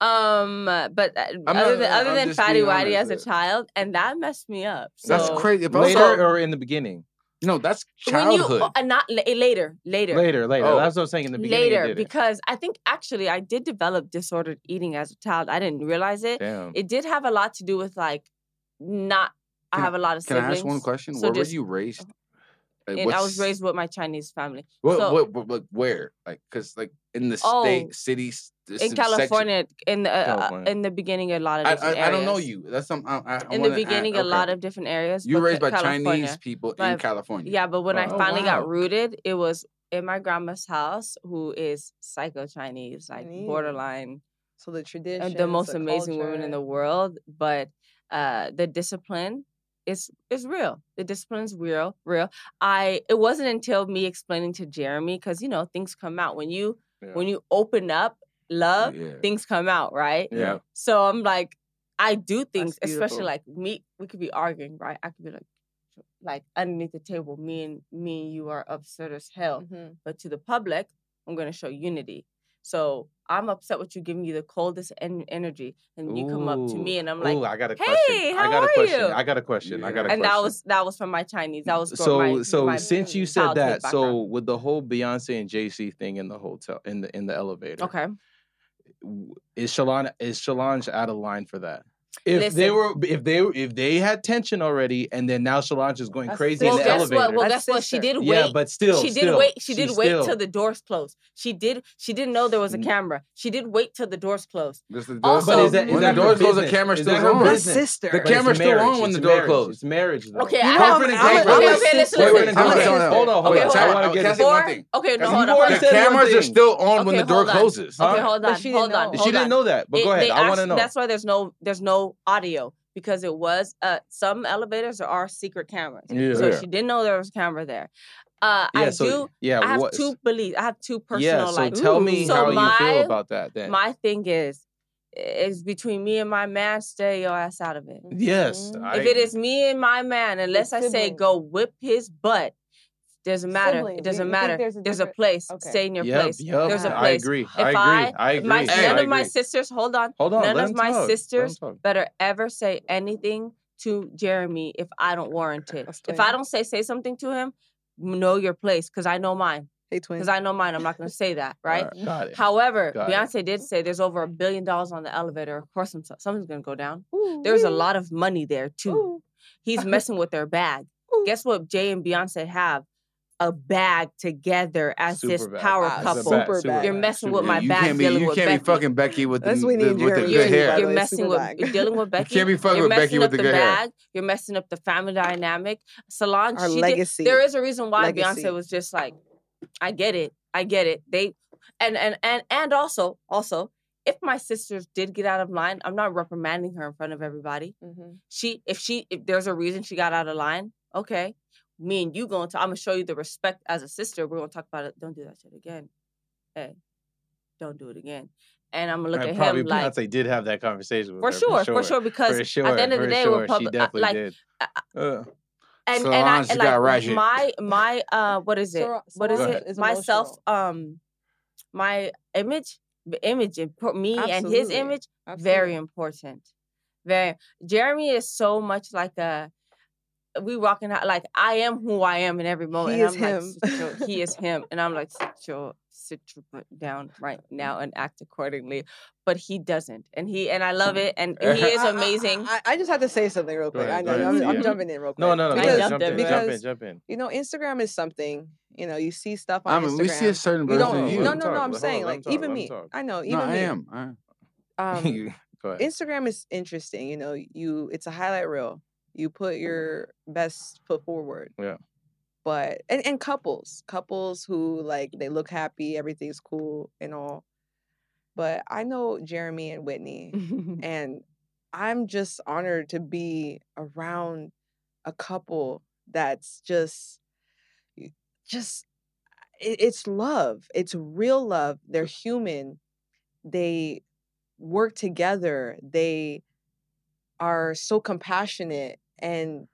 D: Um, but uh,
A: I'm not-
D: other than other
A: I'm
D: than
A: just
D: fatty
A: being
D: waddy as
A: honest,
D: a
A: uh,
D: child, and that messed me up. So.
A: that's crazy. If I was
B: Later
A: so-
B: or in the beginning?
A: no, that's
D: When you
A: childhood.
D: uh, not la- later, later,
B: Later, later.
A: Oh.
B: That's what I'm saying. In the beginning, you
D: later
B: did it.
D: because I think actually I did develop disordered eating as a child. I didn't realize it.
B: Damn.
D: It did have a lot to do with like not. I
A: Can I-
D: have a lot of
A: Can
D: siblings.
A: I ask one question?
D: so
A: where
D: just-
A: were you raised? Like,
D: And I was
A: what's-
D: raised with my Chinese family.
A: What,
D: so
A: what, what, like, where? Like, cause like in the
D: Oh.
A: state, cities,
D: in California, in the uh, uh,
B: California.
D: in the beginning, a lot of
A: I,
D: different
A: I, I don't know
D: areas.
A: you. That's something. I, I, I
D: In the
A: wanna- I-
D: beginning, a
A: okay.
D: lot of different areas.
A: You
D: but
A: were raised
D: Ca-
A: by
D: California.
A: Chinese people in
D: But-
A: California.
D: Yeah, but when I
B: Oh,
D: finally
A: wow.
D: got rooted, it was in my grandma's house, who is psycho Chinese, like
C: Chinese.
D: borderline
C: So the
D: uh,
C: tradition.
D: the most amazing women in the world, but uh, the discipline is is real. The discipline is real, real. I it wasn't until me explaining to Jeremy because you know things come out when you
B: Yeah.
D: when you open up love,
A: Yeah.
D: things come out, right?
B: Yeah.
D: So I'm like, I do things,
C: beautiful.
D: especially like me. We could be arguing, right? I could be like, like underneath the table, me and me and you are upset as hell
C: Mhm.
D: but to the public, I'm going to show unity. So I'm upset with you giving you the coldest en- energy, and you come up to me, and I'm like,
B: Ooh, I got a
D: "Hey,
B: question. I
D: how
B: got a
D: are
B: question.
D: you?"
B: I got a question. I
A: Yeah.
B: got a
D: and
B: question. Mm,
D: that was that was from my Chinese. That was gro-
B: so
D: my,
B: so
D: my
B: since you said
D: childhood
B: that, so
D: background.
B: with the whole Beyonce and JC thing in the hotel in the in the elevator.
D: okay,
B: w- Is Shalon is Shalonge out of line for that? If they
D: Listen.
B: were if they if they had tension already and then now Shalonge is going
C: That's
B: crazy
D: well
B: in the
D: guess
B: elevator.
D: what? Well,
C: That's
D: guess what? She
C: sister.
D: did wait.
B: yeah, but still
D: she did
B: still,
D: wait. She did wait
B: still-
D: till the doors closed. She did. She didn't know there was a
B: Mm.
D: camera. She did wait till the doors closed.
A: Just the
D: Also-
B: But is that is
A: when
B: that
A: the
B: her
A: doors close, the
B: business?
A: camera
B: Is
A: still
B: that her
A: on.
C: That's
B: business?
C: sister.
A: The
B: But it's
A: camera's still
B: marriage.
A: on when
B: It's
A: the door
B: marriage.
A: closed.
B: It's marriage though.
D: Okay,
C: You
D: I
C: know,
D: have.
C: I'm-
D: Okay,
C: I'm- I'm
D: okay,
C: a
D: okay, listen,
C: sister.
B: Wait, wait,
D: listen.
B: time out,
D: Okay,
B: time out. hold on, hold on.
D: okay, hold
B: I
D: on.
B: want to get
A: Cass-
B: this.
A: Say one
D: Before-
A: thing.
D: Okay, no,
B: Because
D: hold
B: you
D: on.
B: already
A: The
B: said one
A: cameras are
B: thing.
A: still on when
D: Okay,
A: the door
D: hold on.
A: closes.
D: Okay,
B: Huh?
D: hold
C: But
D: on,
C: she didn't
D: hold on. hold
C: know.
B: She
D: on.
B: didn't know that, but
D: It-
B: go ahead.
D: they
B: I want to
D: actually-
B: know.
D: That's why there's no there's no audio because it was uh some elevators there are secret cameras.
B: Yeah.
D: So
A: Yeah.
D: she didn't know there was a camera there. Uh,
B: yeah,
D: I
B: so,
D: do.
B: Yeah,
D: I have
B: what,
D: two beliefs. I have two personal
B: Yeah, so
D: like.
B: tell me
D: Ooh. So
B: how you
D: my-
B: feel about that. Then
D: My thing is, it's between me and my man. Stay your ass out of it.
B: yes,
C: Mhm.
B: I-
D: If it is me and my man, unless I say
C: siblings.
D: go whip his butt, doesn't matter.
C: Siblings,
D: It
C: you-
D: doesn't
C: you think
D: matter.
C: there's a different-
D: place.
C: Okay.
D: Stay in your
B: Yep,
D: place.
B: yep,
D: There's a
B: I
D: place.
B: agree.
D: If
B: I agree.
D: I-
B: I agree.
D: My,
B: I
D: none of my
B: agree.
D: sisters. Hold on.
B: Hold on.
D: none
B: let
D: of
B: him
D: my
B: talk, let him
D: sisters
B: talk.
D: better ever say anything to Jeremy if I don't warrant it.
C: That's
D: If I
C: lame.
D: don't say say something to him, know your place because I know mine.
C: Hey, twins.
D: because I know mine. I'm not going to say that, right?
B: Alright, Got it.
D: However,
B: Got it.
D: Beyonce did say there's over a billion dollars on the elevator. Of course, some- something's going to go down. There's a lot of money there too. He's messing with their bag.
C: Ooh.
D: Guess what? Jay and Beyonce have a bag together as this
B: Super bad.
D: power
C: Wow,
B: It's a
D: couple.
B: bad-
C: Super
B: super
C: bad.
D: You're
B: bad,
D: messing
B: super
D: with my
B: bad.
A: you
D: bag
A: can't be,
D: dealing
A: you
D: with
A: can't
D: Becky.
A: be fucking Becky with the,
C: That's Whitney
A: the,
C: and
A: with the
C: Jeremy.
D: You're,
A: good hair.
D: you're
C: way,
D: messing
C: super
D: with
C: bag.
D: you're dealing with Becky.
A: can't be fucking
D: you're
A: with
D: messing
A: Becky with
D: up
A: the
D: the
A: good hair.
D: bag. You're messing up the family dynamic. Solange,
C: Our
D: she
C: legacy.
D: Did, there is a reason why
C: Legacy.
D: Beyonce was just like, I get it, I get it. They, and and and and also also, if my sisters did get out of line, I'm not reprimanding her in front of everybody. She, if she, if there's a reason she got out of line, okay. Me and you going to, I'm gonna show you the respect as a sister. We're gonna talk about it. Don't do that shit again. Hey, don't do it again. And I'm gonna look
B: And
D: at
B: probably
D: him like,
B: Beyonce did have that conversation with
D: for
B: her,
D: sure, for sure, because
B: for sure,
D: at the end of the
B: for
D: day,
B: sure.
D: we're
B: she
D: public.
B: definitely
D: like,
B: did.
D: I-
B: Uh,
D: and and I
A: Solange,
D: and
A: you got
D: like
A: ratchet.
D: my my uh, what is it?
C: Sor-
D: What is
C: Solange
D: it?
C: is
D: my self
C: emotional.
D: um, my image, the image, and pro- me and his
C: Absolutely.
D: image, very important. Very. Jeremy is so much like a. We walking out like I am who I am in every moment.
C: He
D: and
C: is
D: I'm
C: him.
D: Like, sit your- he is him, and I'm like, sit your sit your butt down right now and act accordingly. But he doesn't, and he and I love it, and he is
C: I- I-
D: amazing.
C: I, I just have to say something real
B: Go
C: quick.
B: ahead,
C: I
B: go
C: know
B: ahead.
C: I'm,
D: Yeah.
C: I'm jumping in real quick.
B: no, no, no.
D: Because-
B: jump, in, jump in,
C: because,
B: jump in.
C: you know, Instagram is something. You know, you see stuff
A: I
C: on
A: mean,
C: Instagram.
A: we see a certain
C: you
A: version
C: don't.
B: Hold
A: of
B: on,
A: you.
C: No,
B: let
C: no,
B: him
C: no.
B: talk,
C: I'm
B: let- hold
C: saying,
B: on, let him
C: like,
B: talk,
C: even
B: let him
C: me.
B: talk.
C: I know, even
A: no, I
C: me.
A: am. I am.
C: Um,
B: You- Go ahead.
C: Instagram is interesting. You know, you it's a highlight reel. You put your best foot forward.
B: Yeah.
C: But and and couples, couples who like they look happy, everything's cool and all. But I know Jeremy and Whitney, and I'm just honored to be around a couple that's just, y- just it, it's love. It's real love. They're human. They work together. They are so compassionate and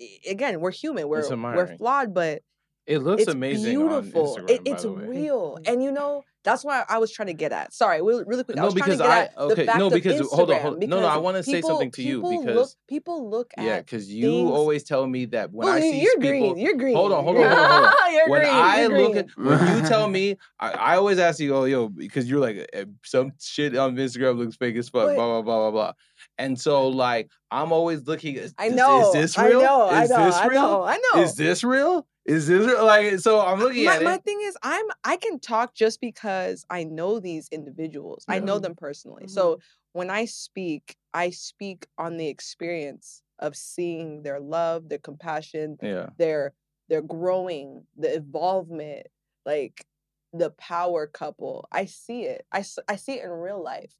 C: i- again, we're human. We're we're
B: admiring.
C: flawed, but
B: It looks
C: it's
B: amazing
C: beautiful.
B: on Instagram,
C: It-
B: by
C: it's
B: the way.
C: real, and you know that's why I was trying to get at. Sorry, we- really quick. I
B: No,
C: was trying to
B: because
C: get
B: I-
C: at the
B: okay,
C: fact
B: no,
C: of
B: because- hold on,
C: Instagram,
B: hold- no, no, I
C: because
B: wanna say
C: people-
B: something to you,
C: people
B: because-
C: look, people look at
B: Yeah, because you
C: things-
B: always tell me that when
C: Well,
B: I
C: you-
B: see
C: you're
B: people,
C: green. You're green.
B: Hold on, hold
C: you're
B: on, hold on, hold on.
C: You're
B: when
C: green.
B: I
C: you're
B: look
C: green.
B: at when you tell me, I, I always ask you, oh yo, because you're like "Eh, some shit on Instagram looks fake as fuck,
C: But-
B: blah blah blah blah blah. And so like I'm always looking. Is,
C: I
B: this-
C: know.
B: Is this real?
C: I know.
B: Is
C: I know.
B: this
C: I
B: real?
C: know. I know.
B: Is this real? Is this real? like? So I'm looking
C: my,
B: at
C: my
B: it.
C: thing is i'm i can talk just because i know these individuals i know
D: Yeah.
C: them
B: Mm-hmm.
C: personally so when i speak i speak on the experience of seeing their love their compassion
B: Yeah,
C: their their growing the involvement like the power couple i see it i, s- I see it in real life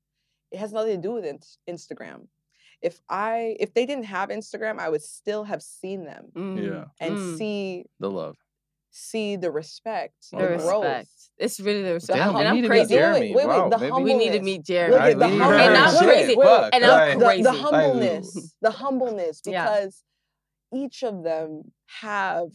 C: it has nothing to do with ins- instagram if i if they didn't have instagram i would still have seen them
D: Mm,
C: and
D: mm.
C: see
B: the love.
C: see the respect,
D: the
B: Oh,
C: the
B: wow.
C: growth.
D: respect. It's really the respect.
B: Damn, we
D: and
B: need to meet
D: I'm crazy.
C: Wait,
B: Jeremy.
C: wait, wait,
B: Wow,
C: the
B: maybe-
D: We need to
C: humbleness.
D: meet
C: Look
D: Jeremy.
C: at the
B: we need
C: humble-
B: her.
C: And I'm
B: Shit,
C: crazy.
B: fuck,
D: And
B: like-
D: I'm
C: The,
D: crazy.
C: the
D: Like,
C: humbleness, the humbleness,
D: Yeah.
C: because each of them have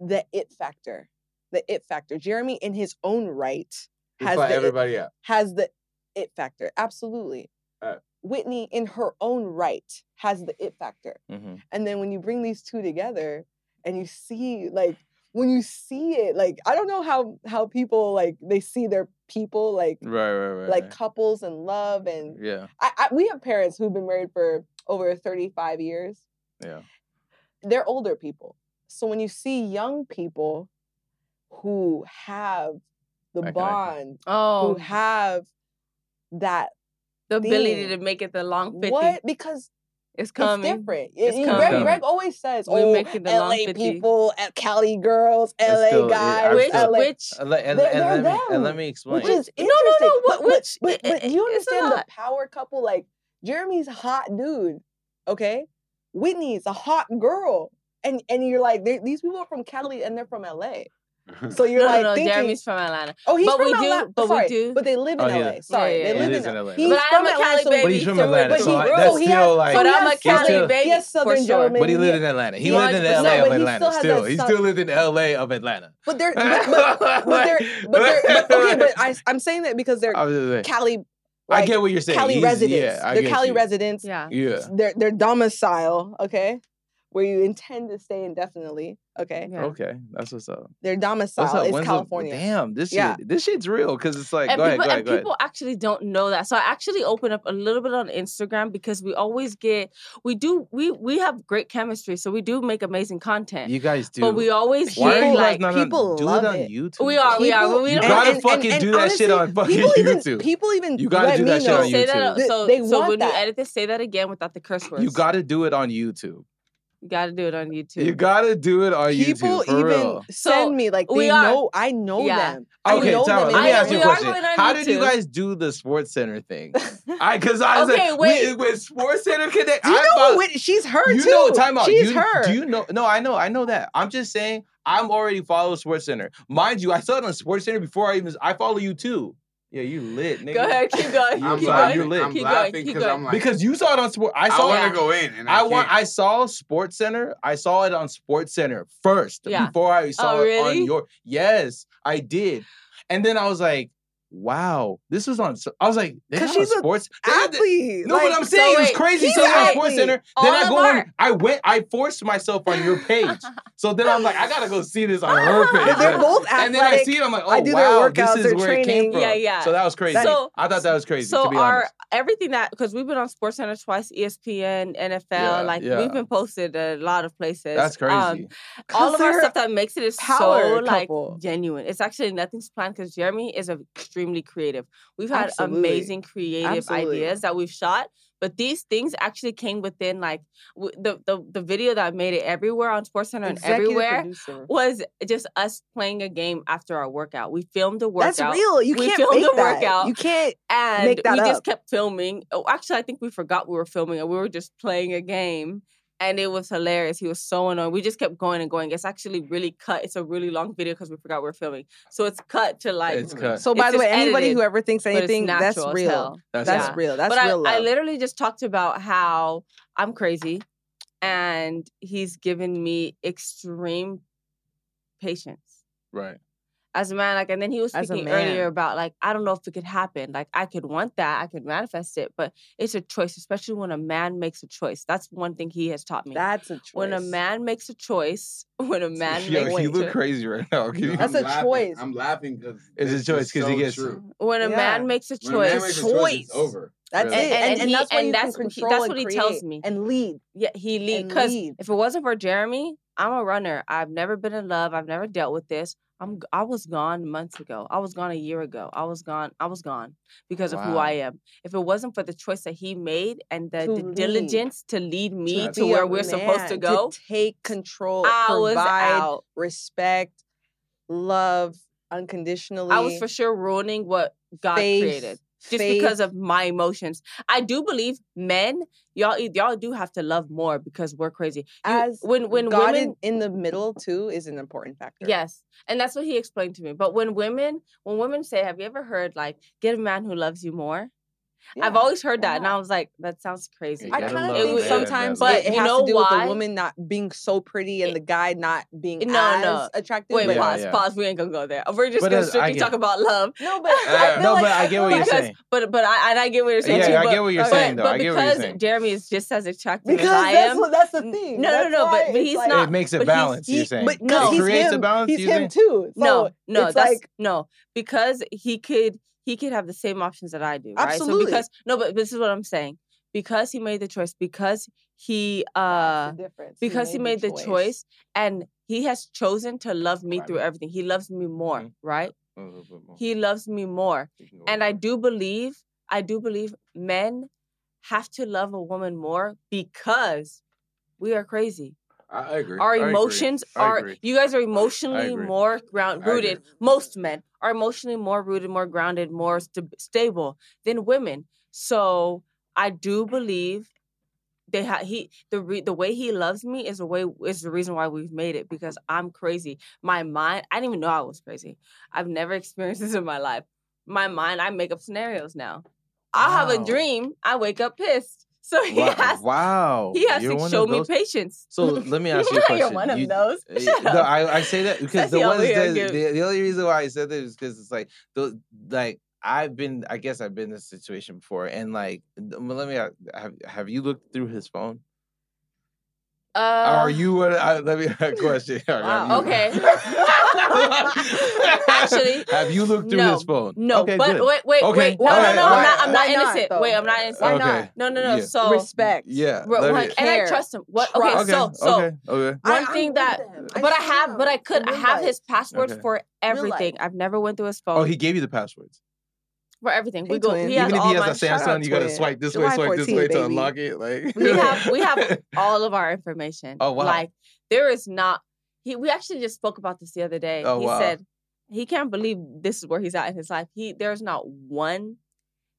C: the it factor, the it factor. Jeremy, in his own right,
A: You
C: has
A: fly
C: the it,
A: everybody out.
C: has the it factor. Absolutely.
B: Uh.
A: Alright.
C: Whitney, in her own right, has the it factor.
B: Mhm.
C: And then when you bring these two together and you see like when you see it, like I don't know how how people like they see their people like
B: Right, right, right.
C: like
B: right.
C: couples and love and
B: yeah,
C: I, I we have parents who've been married for over 35 years.
B: yeah.
C: They're older people. So when you see young people who have the
B: That
C: bond,
B: connection.
D: Oh,
C: who have that
D: the ability to
C: thing.
D: make it the long 50
C: what because
D: is coming.
C: It's different.
D: It's
C: It- it-
D: coming.
C: Greg, Greg always says,
D: We're
C: "Oh,
D: making the long
C: LA
D: 50."
C: people, uh, Cali girls,
B: It's
C: LA
B: still- it-
C: guys,
B: I'm
D: Which,
B: still-
C: LA."
D: which,
B: And, Uh, le- and,
C: They're-
B: and
C: they're
B: let me, and
C: them,
B: let me explain.
C: which is
D: No, no,
C: interesting.
D: no,
C: But,
D: what- which-
C: but,
D: it-
C: but,
D: it-
C: you
D: it's a
C: understand the
D: lot.
C: power couple? Like Jeremy's a hot dude, okay? Whitney's a hot girl, and and you're like, they- these people are from Cali and they're from LA. So you're
D: no,
C: like
D: no, no,
C: thinking,
D: Jeremy's from Atlanta.
C: oh, he's
D: but
C: from
D: we
C: LA.
D: do- but we
C: sorry,
D: do-
C: But they live in
B: Oh,
C: LA.
B: yeah.
C: Sorry,
D: Yeah, yeah,
C: they live
B: it
D: yeah.
B: is
C: in
B: in
C: LA.
B: LA.
C: He's
D: But I'm
C: from
D: a
C: LA,
D: Cali
C: so
D: baby.
B: but he's from Atlanta,
C: But
D: so
C: he
B: I-
C: grew-
B: that's
C: he
B: still
C: has-
B: like.
C: so
D: But
C: he
D: I'm a
C: has
D: Cali
C: Southern-
D: baby
C: He has Southern
D: for sure.
C: German.
B: But he lived
C: yeah.
B: in Atlanta. He
D: Yeah,
B: lived in
D: but
B: LA of
D: no,
C: but he still
B: Atlanta.
C: has
B: Still,
C: that
B: he
C: sun-
B: still lived in LA of Atlanta.
C: But they're but, but, but they're but they're but, okay. But I I'm saying that because they're
B: I, was just saying,
C: Cali.
B: I
C: like,
B: get what you're saying.
C: Cali
B: He's-
C: residents.
B: Yeah, I
C: they're
B: get
C: Cali
B: you.
C: residents.
D: Yeah.
B: Yeah.
C: They're they're domicile. Okay, where you intend to stay indefinitely. Okay.
D: Yeah.
B: Okay, that's what's up.
C: Their domicile
B: What's up?
C: is
B: When's the-
C: California.
B: damn, this
C: Yeah.
B: shit, this shit's real because it's like,
D: and
B: go ahead,
D: people,
B: go ahead,
D: and
B: go ahead.
D: people actually don't know that. So I actually open up a little bit on Instagram because we always get we do we we have great chemistry, so we do make amazing content.
B: You guys do.
D: but we always
B: Why are
D: get
B: you guys
D: like
B: not on-
C: people
B: do
C: love
B: it on
C: it.
B: YouTube?
D: We are,
B: though.
D: we are. but
B: You
D: don't-
B: gotta fucking do that shit on fucking
C: people Even,
B: YouTube.
C: people even
B: You gotta
C: let
B: do
C: me
B: that shit
C: know.
B: on
D: say
B: YouTube.
D: that.
C: Th-
D: So
C: they
D: so
C: want
D: when you
C: that.
D: edit this, say that again without the curse words.
B: You gotta do it on YouTube.
D: you got to do it on YouTube.
B: You gotta do it on
C: People
B: YouTube for
C: even
B: real.
C: send
D: So,
C: me like
D: we
C: they
D: are-
C: know. I know
D: Yeah.
C: them. I
B: Okay,
C: know
B: Tara,
C: them.
B: let
C: in
B: me
D: I-
B: ask you a
D: we are
B: question.
D: going on
B: How did you
D: YouTube.
B: guys do the Sports Center thing? I because I was
D: Okay,
B: like,
D: wait.
B: with, with Sports Center Connect,
C: Do you
B: I
C: know
B: follow-
C: what? Whit- She's her
B: you
C: too.
B: know, time out.
C: She's
B: you,
C: her.
B: Do you know? No, I know, I know that. I'm just saying, I'm already follow Sports Center. Mind you, I saw it on Sports Center before I even. I follow you too. Yeah, you lit, nigga.
D: Go ahead, keep going.
B: I'm
D: keep
B: glad
D: going.
B: you lit.
D: Keep
A: I'm
D: going.
A: laughing
D: Keep
A: because I'm
D: going.
A: like,
B: Because you saw it on Sport. I
A: I,
B: saw.
A: want
D: Yeah.
A: to go in. And I,
B: I want.
A: can't.
B: I saw Sports Center. I saw it on Sports Center first
D: Yeah.
B: before I saw it
D: really?
B: on your. Yes, I did, and then I was like, "Wow, this was on." I was like, "They
C: 'Cause
B: have a
C: she's a
B: sports." they have the-
C: Athlete.
B: no,
C: like,
B: what I'm saying is
D: wait,
B: crazy.
C: he's
B: So then on
C: right.
B: Sports Center,
D: All
B: then I
D: of
B: go on.
D: our-
B: I went. I forced myself on your page. so then I'm like, I gotta go see this on her page.
C: But they're both athletic.
B: and then I see it. I'm like, oh
C: I do their
B: wow,
C: workouts,
B: this is
C: their
B: where it came
C: training.
B: from.
D: Yeah, yeah.
B: So that was crazy.
D: So-
B: I thought that was crazy.
D: So
B: to be
D: our
B: honest.
D: everything that because we've been on SportsCenter twice, E ESPN, NFL,
B: Yeah,
D: like
B: yeah.
D: we've been posted a lot of places.
B: That's crazy.
D: Um, all of our
C: They're-
D: stuff that makes it is so
C: power
D: like
C: couple.
D: genuine. It's actually nothing's planned because Jeremy is a- extremely creative. We've had
C: Absolutely.
D: amazing creative
C: Absolutely.
D: ideas that we've shot, but these things actually came within like w- the the the video that made it everywhere on SportsCenter and
C: Executive
D: everywhere
C: producer.
D: was just us playing a game after our workout. We filmed the workout.
C: That's real. You
D: We
C: can't
D: filmed
C: make
D: the
C: that.
D: workout.
C: You can't.
D: and
C: Make that
D: we just
C: up.
D: kept filming. Oh, actually, I think we forgot we were filming and we were just playing a game. And it was hilarious. He was so annoying. We just kept going and going. It's actually really cut. It's a really long video because we forgot we were filming. So it's cut to like.
B: It's cut.
C: So by
D: It's
C: the way,
D: just
C: anybody
D: edited,
C: who ever thinks
D: but it's
C: anything, that's
D: natural as
C: real.
D: hell.
B: That's
C: That's
D: Yeah.
C: real. That's
D: but
C: real.
D: I, I
C: love.
D: literally just talked about how I'm crazy, and he's given me extreme patience
B: right.
D: as a man like and then he was
C: As a
D: speaking earlier
C: man.
D: about like i don't know if it could happen like i could want that i could manifest it but it's a choice especially when a man makes a choice that's one thing he has taught me
C: That's a choice.
D: when a man makes a choice when a man
B: Yo,
D: makes
B: you
D: a
B: look
D: choice
B: crazy right now. Can you-
A: I'm
C: That's a
A: laughing.
C: choice.
A: I'm laughing because
B: It's a choice 'cause he gets-
D: when a
C: Yeah.
D: man makes a
A: When a man
D: choice
A: makes a
C: Choice.
A: choice, it's over.
C: That's
B: Really?
C: it.
D: And-
C: And,
D: and
C: and
D: he-
C: that's why
D: and
C: you
D: that's
C: can
D: what he-
C: control
D: that's
C: and
D: what he
C: create
D: tells me.
C: and lead.
D: yeah he lead
C: And
D: because
C: lead.
D: if it wasn't for jeremy i'm a runner i've never been in love i've never dealt with this i'm g- i was gone months ago i was gone a year ago i was gone i was gone because of who i am if it wasn't for the choice that he made and the,
C: To
D: the
C: lead.
D: diligence to lead me to,
C: be a
D: where we're supposed to
C: man,
D: go
C: To take control,
D: i was
C: provide
D: out
C: respect, love unconditionally.
D: i was for sure ruining what god
C: faith,
D: created just because of my emotions. I do believe men, y'all, y'all do have to love more because we're crazy. You-
C: as
D: when when
C: God
D: women,
C: in, in the middle too is an important factor.
D: yes, and that's what he explained to me. But when women, when women say, "Have you ever heard like get a man who loves you more?" I've
C: Yeah.
D: always heard
C: why
D: that, and
C: not?
D: I was like, "That sounds crazy."
B: You
C: I
B: gotta
C: kind
B: love
C: of
D: it
C: think
D: was-
B: that, man.
C: sometimes
B: But
C: it, it
D: you
C: has
D: know
C: to do with
D: why?
C: the woman not being so pretty and
D: It-
C: the guy not being
D: No,
C: as
D: no.
C: attractive.
D: Wait,
C: but
B: Yeah,
D: pause,
B: yeah.
D: pause. We ain't gonna go there. We're just
B: But
D: gonna
B: as- I
D: strictly
B: get-
D: talk about love.
C: No, but
A: Yeah.
C: I feel
B: No,
C: like,
B: but I get
C: feel
B: what you're
C: like-
D: because-
B: saying.
D: But but I and I get what you're saying.
B: Yeah,
D: too,
B: I
D: but,
B: get what you're
D: but,
B: saying, though.
D: But
B: I get what you're
D: because
B: saying.
D: Jeremy is just as attractive
C: Because
D: as I
C: that's
D: am.
C: what that's the
D: n-
C: thing.
D: no, no,
C: That's
D: no, but-
C: why
D: but
C: it's
D: he's
C: like-
D: not-
B: it makes
D: but
B: it
D: he's-
B: balance.
C: he-
B: You're saying,
C: but
D: It
C: because he's
B: creates
C: him,
B: a balance.
C: He's
B: you
C: him
B: think?
C: too. So
D: no, no,
C: it's
D: that's
C: like
D: no, because he could he could have the same options that I do, right? So
C: Absolutely.
D: because no, but this is what I'm saying. Because he made the choice, because he uh
C: that's the difference.
D: because he made the choice. and he has chosen to love me
B: Right.
D: through everything. He loves me more,
B: Mhm.
D: right?
B: oh,
D: He loves me more. And
A: Mm-hmm.
D: I do believe, I do believe men have to love a woman more because we are crazy.
A: I agree.
D: Our
B: I agree.
D: emotions
B: I
D: are
B: agree.
D: you guys are emotionally
B: agree.
D: more ground
A: I agree.
D: rooted. Most men are emotionally more rooted, more grounded, more st- stable than women. So I do believe they ha- he the re- the way he loves me is the way is the reason why we've made it because I'm crazy. My mind, I didn't even know I was crazy. I've never experienced this in my life. My mind, I make up scenarios now. I'll have
B: Wow.
D: a dream, I wake up pissed. So he
B: Wow.
D: has
B: wow.
D: he has
B: You're
D: to
B: one
D: show
B: of
D: me
B: those-
D: patience.
B: So let me ask you a
D: You're
B: question.
D: one of
B: You-
D: those.
B: eh,
D: Shut
B: no,
D: up.
B: I, I say that because the
D: Sassy
B: ones
D: over here
B: that,
D: give-
B: the, the only reason why I said that is because it's like the like I've been I guess I've been in this situation uh, before and like th- well, let me a- have have you looked through his phone?
D: Uh,
A: Are you? A, I, let me question. Are
C: Wow.
A: you-
D: Okay. Actually,
B: Have you looked through
D: no.
B: his phone?
D: No,
B: okay,
D: but
B: good.
D: wait, wait,
B: Okay,
D: wait. No,
B: all
D: no,
B: right,
D: no.
B: all
D: I'm
B: right.
D: not. I'm not
C: Why not,
D: innocent.
C: though?
D: wait, I'm not innocent.
C: Why
B: Okay.
C: not?
D: No, no, no.
B: Yeah.
D: So
C: Respect.
B: yeah,
D: Ro-
B: let
D: one-
B: me-
D: and I
C: care.
D: trust him. What?
C: Trust.
D: Okay,
B: okay,
D: so so
B: okay, okay.
C: I-
D: one
C: I'm
D: thing
C: with
D: that.
C: them.
D: But I
C: see
D: have, but
C: them
D: I could.
C: in
D: I
C: real
D: have
C: life.
D: his passwords
B: Okay.
D: for
C: life.
D: everything. I've never went through his phone.
B: Oh, he gave you the passwords.
D: for everything.
C: Hey,
D: we go.
C: twin.
D: He
C: Yeah,
D: has
B: Even if
D: all
B: he
D: my
B: has a
C: Shout out
B: Samsung, you gotta
C: Twin.
B: swipe this
C: July
B: way, swipe this
C: 14,
B: way to
C: baby.
B: unlock it. Like
D: we have we have all of our information.
B: Oh, wow.
D: Like there is not he we actually just spoke about this the other day.
B: Oh,
D: he
B: wow.
D: said he can't believe this is where he's at in his life. He there's not one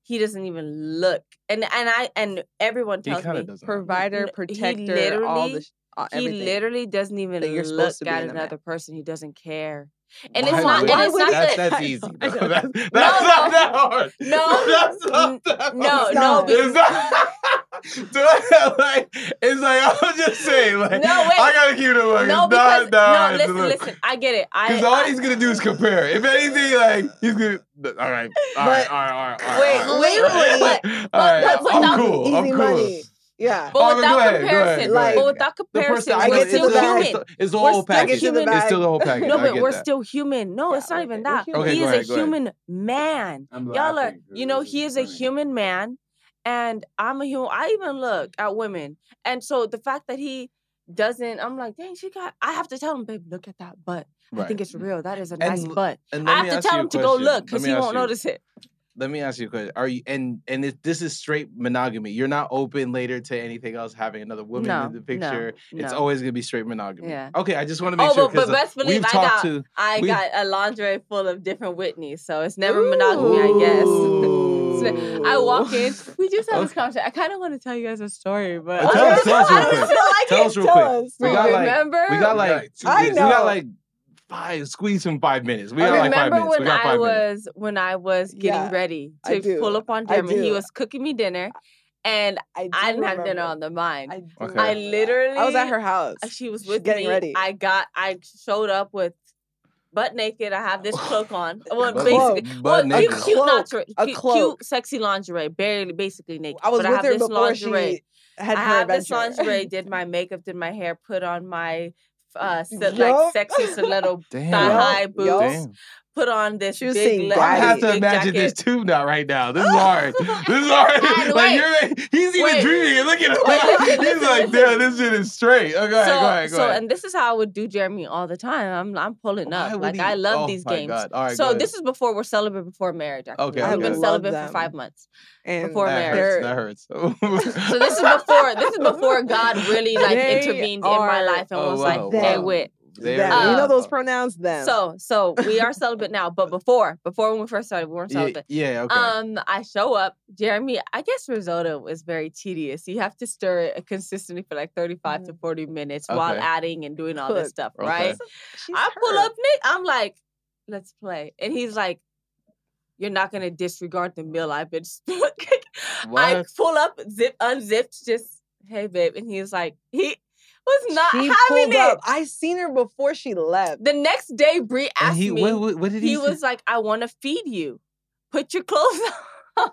D: he doesn't even look. And and I and everyone
B: He
D: tells
B: kinda
D: me
B: doesn't.
C: Provider,
D: He
C: protector, all the sh- all-
D: he
C: everything.
D: literally doesn't even
C: that you're
D: look
C: supposed to be
D: at
C: in a
D: another
C: man.
D: person. He doesn't care. And
C: Why
D: it's not
C: would-
D: and
C: why
D: it's
C: would
D: not
C: he?
B: that's,
D: that
B: that's
C: I
B: easy.
C: know,
B: Bro.
C: I
B: That's, that's not that hard.
D: No, no.
C: know.
D: No,
B: that's
D: n-
B: not that
D: no,
B: hard.
C: no,
B: It's not. Dude, like, it's like I'm just saying. Like,
D: No, wait.
B: I gotta keep it a look.
D: no,
B: it's not
D: because,
B: that hard
D: no,
B: to
D: listen,
B: look.
D: listen. I get it. I,
B: Because all
D: I-
B: he's gonna do is compare. If anything, like he's gonna. All right, all right,
C: But-
B: all right, all right.
D: Wait,
B: all
D: wait,
B: right. all
D: wait,
B: right,
D: but- but
B: I'm
D: without-
B: cool. I'm
C: Easy
B: cool.
C: money. Yeah.
D: But
B: Oh, go
D: without
B: ahead, go
D: comparison,
B: ahead,
C: go aheid.
D: but without
B: The person
D: comparison,
B: I
D: we're
B: get
C: to
D: still
C: the bag.
D: human.
B: It's the
D: We're
B: whole
D: still
B: package.
C: human.
B: It's still the whole package.
D: No,
B: I
D: but
B: get
D: we're
B: that.
D: still human. No,
C: Yeah,
D: it's not
C: we're-
D: even
C: we're
D: that.
C: human.
B: Okay,
D: he
B: go
D: is
B: ahead,
D: a
B: go ahead.
D: human man.
A: I'm
D: Y'all are,
A: laughing 'cause
D: you know,
A: this
D: he is a
A: funny.
D: human man, and I'm a human. I even look at women, and so the fact that he doesn't, I'm like, dang, she got. I have to tell him, babe, look at that butt. I think it's real. That is a nice
B: l-
D: butt.
B: And let
D: I
B: me
D: have
B: ask
D: to tell
B: you a
D: him to go
B: question.
D: look
B: Let
D: because
B: me
D: he
B: ask
D: won't
B: you.
D: notice it.
B: Let me ask you a question. Are you and and if this is straight monogamy? You're not open later to anything else having another woman
D: No,
B: in the
D: no,
B: picture. it's
D: no.
B: always gonna be straight monogamy.
D: Yeah.
B: Okay, I just want to make
D: Oh,
B: sure
D: but, but
B: because
D: best
B: we've
D: believe I
B: talked
D: got
B: to.
D: I
B: we've-
D: got a laundry full of different Whitneys, so it's never monogamy, I guess.
B: Ooh.
D: I walk in. We just had this
B: Okay.
D: conversation. I kind of want to tell you guys a story, but
B: Uh, tell us, tell us
D: I
B: real
D: don't
B: quick.
D: feel like
B: Tell
D: it.
B: us real
C: Tell
B: quick.
C: us.
B: We got like
D: remember?
B: we
A: We
B: got
A: got
B: like
A: two
C: I
B: minutes.
C: know.
B: we got like five squeeze in five minutes. We
D: I
B: got like five
D: remember
B: minutes.
D: when
B: we got
D: I
B: five minutes.
D: was when I was getting
C: Yeah,
D: ready
C: I
D: to pull
C: do.
D: up on
C: I
D: Jeremy. He
C: do.
D: was cooking me dinner, and
C: I, do
D: I didn't have dinner
C: remember.
D: on the mind.
C: I, do
B: Okay.
D: I
C: remember that. I was at
D: literally-
C: her house.
D: she was
C: she's
D: with
C: getting
D: me.
C: ready.
D: I got I showed up with butt naked. I have this cloak on. Well,
C: Butt-
D: basically,
B: butt
D: well,
B: naked.
D: cute, cute,
C: Cloak,
D: lingerie,
C: a
D: cute,
C: cloak.
D: cute, sexy lingerie, barely, basically naked.
C: I was
D: but
C: with
D: I have
C: her
D: this
C: before
D: lingerie.
C: she had
D: I
C: her
D: have this
C: adventure.
D: lingerie, did my makeup, did my hair, put on my uh, se-
C: Yup.
D: like sexy stiletto,
B: Damn.
D: thigh-high
C: Yup, yup.
D: boots, put on this
C: She was
D: big
C: saying
D: le-
B: I
C: daddy.
B: have to
D: big
B: imagine this
D: jacket.
B: too now, right now. This is hard. This is hard.
D: And
B: like
D: wait.
B: you're, like, he's even
D: Wait.
B: dreaming it. Look at him.
D: Wait, listen,
B: he's
D: listen,
B: like, damn,
D: listen.
B: this shit is straight. Oh, go ahead,
D: so,
B: go ahead, go
D: so,
B: ahead.
D: and this is how I would do Jeremy all the time. I'm, I'm pulling
B: Why
D: up.
B: would
D: Like
B: he-
D: I love
B: oh
D: these
B: my
D: games.
B: God. All right, go
D: so
B: ahead.
D: this is before we're celibate before marriage. Actually.
B: Okay,
D: we've
B: okay.
D: been
B: I
C: love
D: celibate for
C: them.
D: five months.
C: and
D: before
B: that
D: marriage.
C: they're-
B: hurts. That hurts.
D: So this is before this is before God really like
C: They
D: intervened in my
C: are-
D: life and
B: Oh,
D: was
B: wow,
D: like, "Hey,
C: wow.
D: wait."
B: There
C: them.
B: it
C: you know
D: Uh,
B: is.
C: those pronouns them.
D: So, so we are celibate now, but before, before when we first started, we weren't
B: Yeah,
D: celibate.
B: yeah, okay.
D: Um, I show up, Jeremy. I guess risotto is very tedious. You have to stir it uh, consistently for like 35 to 40 minutes while
B: Mm. Okay.
D: adding and doing all this
C: Cook.
D: stuff,
B: Okay.
D: right?
C: She's
D: I pull
C: her.
D: up, Nick. I'm like, let's play. And he's like, you're not going to disregard the meal I've been cooking. I
B: What?
D: pull up, zip, unzipped, just, hey, babe. And he's like, he was not
C: she
D: having
C: pulled
D: it.
C: up. I seen her before she left.
D: The next day, Brie
B: and
D: asked
B: he,
D: me,
B: what, what, what did he,
D: he
B: say?
D: was like, I want to feed you. Put your clothes on.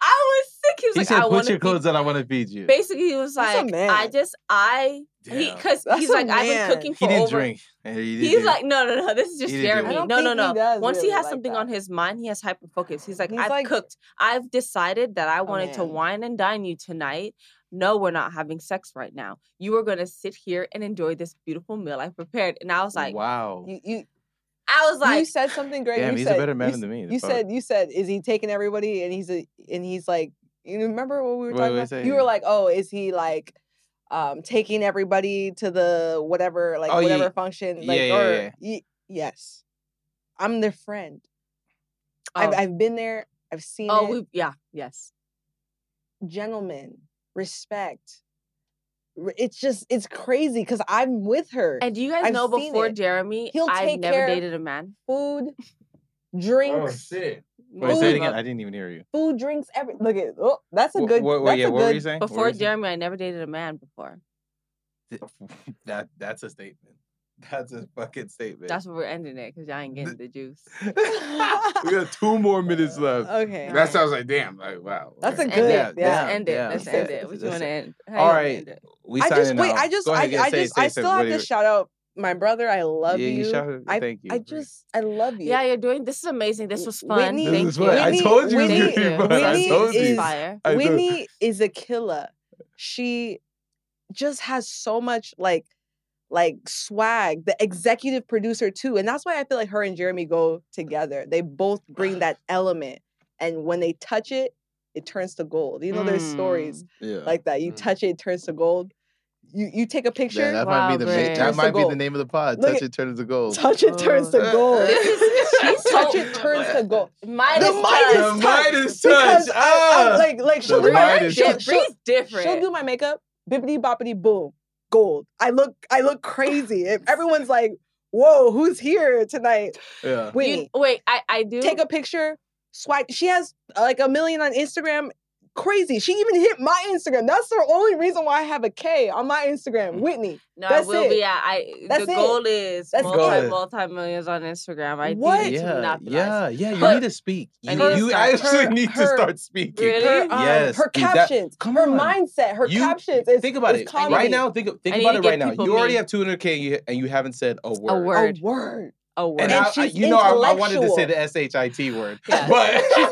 D: I was sick. He was
B: He
D: like,
B: said,
D: I want
B: put
D: to
B: your
D: feed
B: clothes on. I want to feed you.
D: Basically, he was
C: That's a
D: like,
C: man.
D: I just, I,
B: Damn.
D: because
C: That's
D: he's
C: a
D: like, I've
C: man.
D: been cooking
B: He
D: for
B: didn't
D: over.
B: drink. and he didn't
D: He's
B: do-
D: like, no, no, no. This is just
B: He didn't do
D: Jeremy.
B: it. I
D: No,
B: don't
D: no,
C: think he
D: no.
C: does
D: Once he
C: really
D: has
C: like
D: something on
C: that.
D: his mind, he has hyperfocus. He's like,
C: He's
D: I've
C: like-
D: cooked. I've decided that I wanted to
C: man.
D: wine and dine you tonight. No, we're not having sex right now. You are going to sit here and enjoy this beautiful meal I prepared. And I was like,
B: wow.
C: You, you,
D: I was
C: you
D: like,
C: said something great.
B: Damn,
C: you
B: he's a
C: said,
B: better man
C: you, s-
B: than me.
C: You
B: Fuck.
C: said, you said, is he taking everybody? And he's a, and he's like, you remember what we were
B: What
C: talking
B: were we
C: about?
B: saying?
C: You were like, oh, is he like, um, taking everybody to the whatever, like
B: Oh, yeah,
C: whatever function, like,
B: yeah, yeah,
C: or
B: yeah.
C: Ye- yes, I'm their friend.
D: oh,
C: I've, I've been there. I've seen
D: oh,
C: it.
D: we, yeah, yes.
C: gentlemen, respect. R- It's just it's crazy because I'm with her.
D: And do you guys
C: I've
D: know
C: seen
D: before
C: it.
D: Jeremy,
C: He'll
D: I
C: take
D: never
C: care of-
D: dated a man?
C: food, drinks,
A: shit!
B: Wait, say it
C: Ooh.
B: again. I didn't even hear you.
C: food, drinks. Every look at oh, that's a
B: Wha-
C: good.
B: wha- wha-
C: that's
B: yeah,
C: a
B: Oh. what were you
C: good.
B: saying? What were
D: Before
B: you saying?
D: Jeremy, I never dated a man before.
B: Th- that that's a statement. That's a fucking statement.
D: That's what we're ending it because y'all ain't getting the juice.
B: we got two more minutes left.
C: Okay.
A: That sounds like damn. Like wow.
C: That's a
D: Let's end
C: good-
D: it.
C: yeah,
D: Let's
B: yeah,
D: end it.
B: yeah.
D: Let's
C: That's
D: end
C: it.
D: it. What you
B: That's
D: want to end? how you
B: All
D: wanna
B: right.
D: end it?
B: We
C: I just
B: signing
C: wait.
B: out.
C: I just.
B: Go
C: I,
B: ahead and
C: I
B: say-
C: just.
B: say
C: I
B: something.
C: still
B: What
C: have
B: do
C: to
B: you-
C: shout out my brother. I love
B: Yeah, you shout out-
C: I,
B: thank you.
C: I just. I love you.
D: Yeah, you're doing. This is amazing. This was fun.
C: Whitney-
B: This
D: Thank
B: is
D: you.
B: fun. I
C: Whitney-
B: told you it was gonna
C: Whitney-
B: be fun. I
C: Whitney
B: told
C: is-
B: you.
D: fire.
B: I do.
C: Whitney is a killer. She just has so much like like swag. The executive producer too, and that's why I feel like her and Jeremy go together. They both bring that element, and when they touch it, it turns to gold. You know, there's stories
E: Yeah.
C: like that. You
E: Mm.
C: touch it, it turns to gold. You you take a picture,
E: that, that might
D: Wow,
E: be the
D: Brad.
E: ma-
D: Turns
E: that
C: to
E: might be the
C: gold.
E: name of the pod.
C: Look
E: Touch
C: at-
E: it, turns to gold.
C: touch it turns to
E: Oh.
C: gold.
D: She's
C: touch it turns to gold.
D: Midas
C: The
D: touch.
C: Midas touch.
B: Midas
C: Because
B: touch,
C: I, I,
B: ah.
C: like like she'll
E: The
C: do my
E: Midas
C: she'll,
D: Shit,
C: she'll,
D: Bree's different.
C: she'll do my makeup. Bippity boppity boom, gold. I look I look crazy. If everyone's like, "Whoa, who's here tonight?"
B: Ah, Yeah.
D: You-
C: Whitney,
D: wait, I, I do.
C: take a picture. Swipe. She has uh, like a million on Instagram. Crazy. She even hit my Instagram. That's the only reason why I have a K on my Instagram. Whitney.
D: no, I
C: that's
D: will be.
C: it.
D: at- I,
C: That's
D: the
C: it.
D: goal is
C: That's
D: multi
B: it.
D: multi millions on Instagram. I
C: What?
D: need
E: Yeah,
D: to not be
E: yeah,
D: like-
B: yeah, you
D: But-
B: need to speak. You,
D: And her-
B: you
D: her-
B: actually
C: her-
B: need to
C: her-
B: start speaking.
D: Really?
C: Her, um,
B: Yes,
C: her
B: dude, that-
C: captions,
B: come
C: her
B: on.
C: mindset, her
B: You-
C: captions. Is,
B: Think about
C: is
B: it
C: comedy.
B: right now. Think of- think
D: I need
B: about
D: to
B: it
D: give
B: right now.
D: people
B: You already
D: me.
B: have 200k and you, and you haven't said a word.
D: a
C: A
D: word.
C: word.
D: A Oh, word.
B: And,
C: And
B: I, I,
C: she's
B: you know, I, I wanted to say the shit word,
D: Yeah.
B: but
C: She's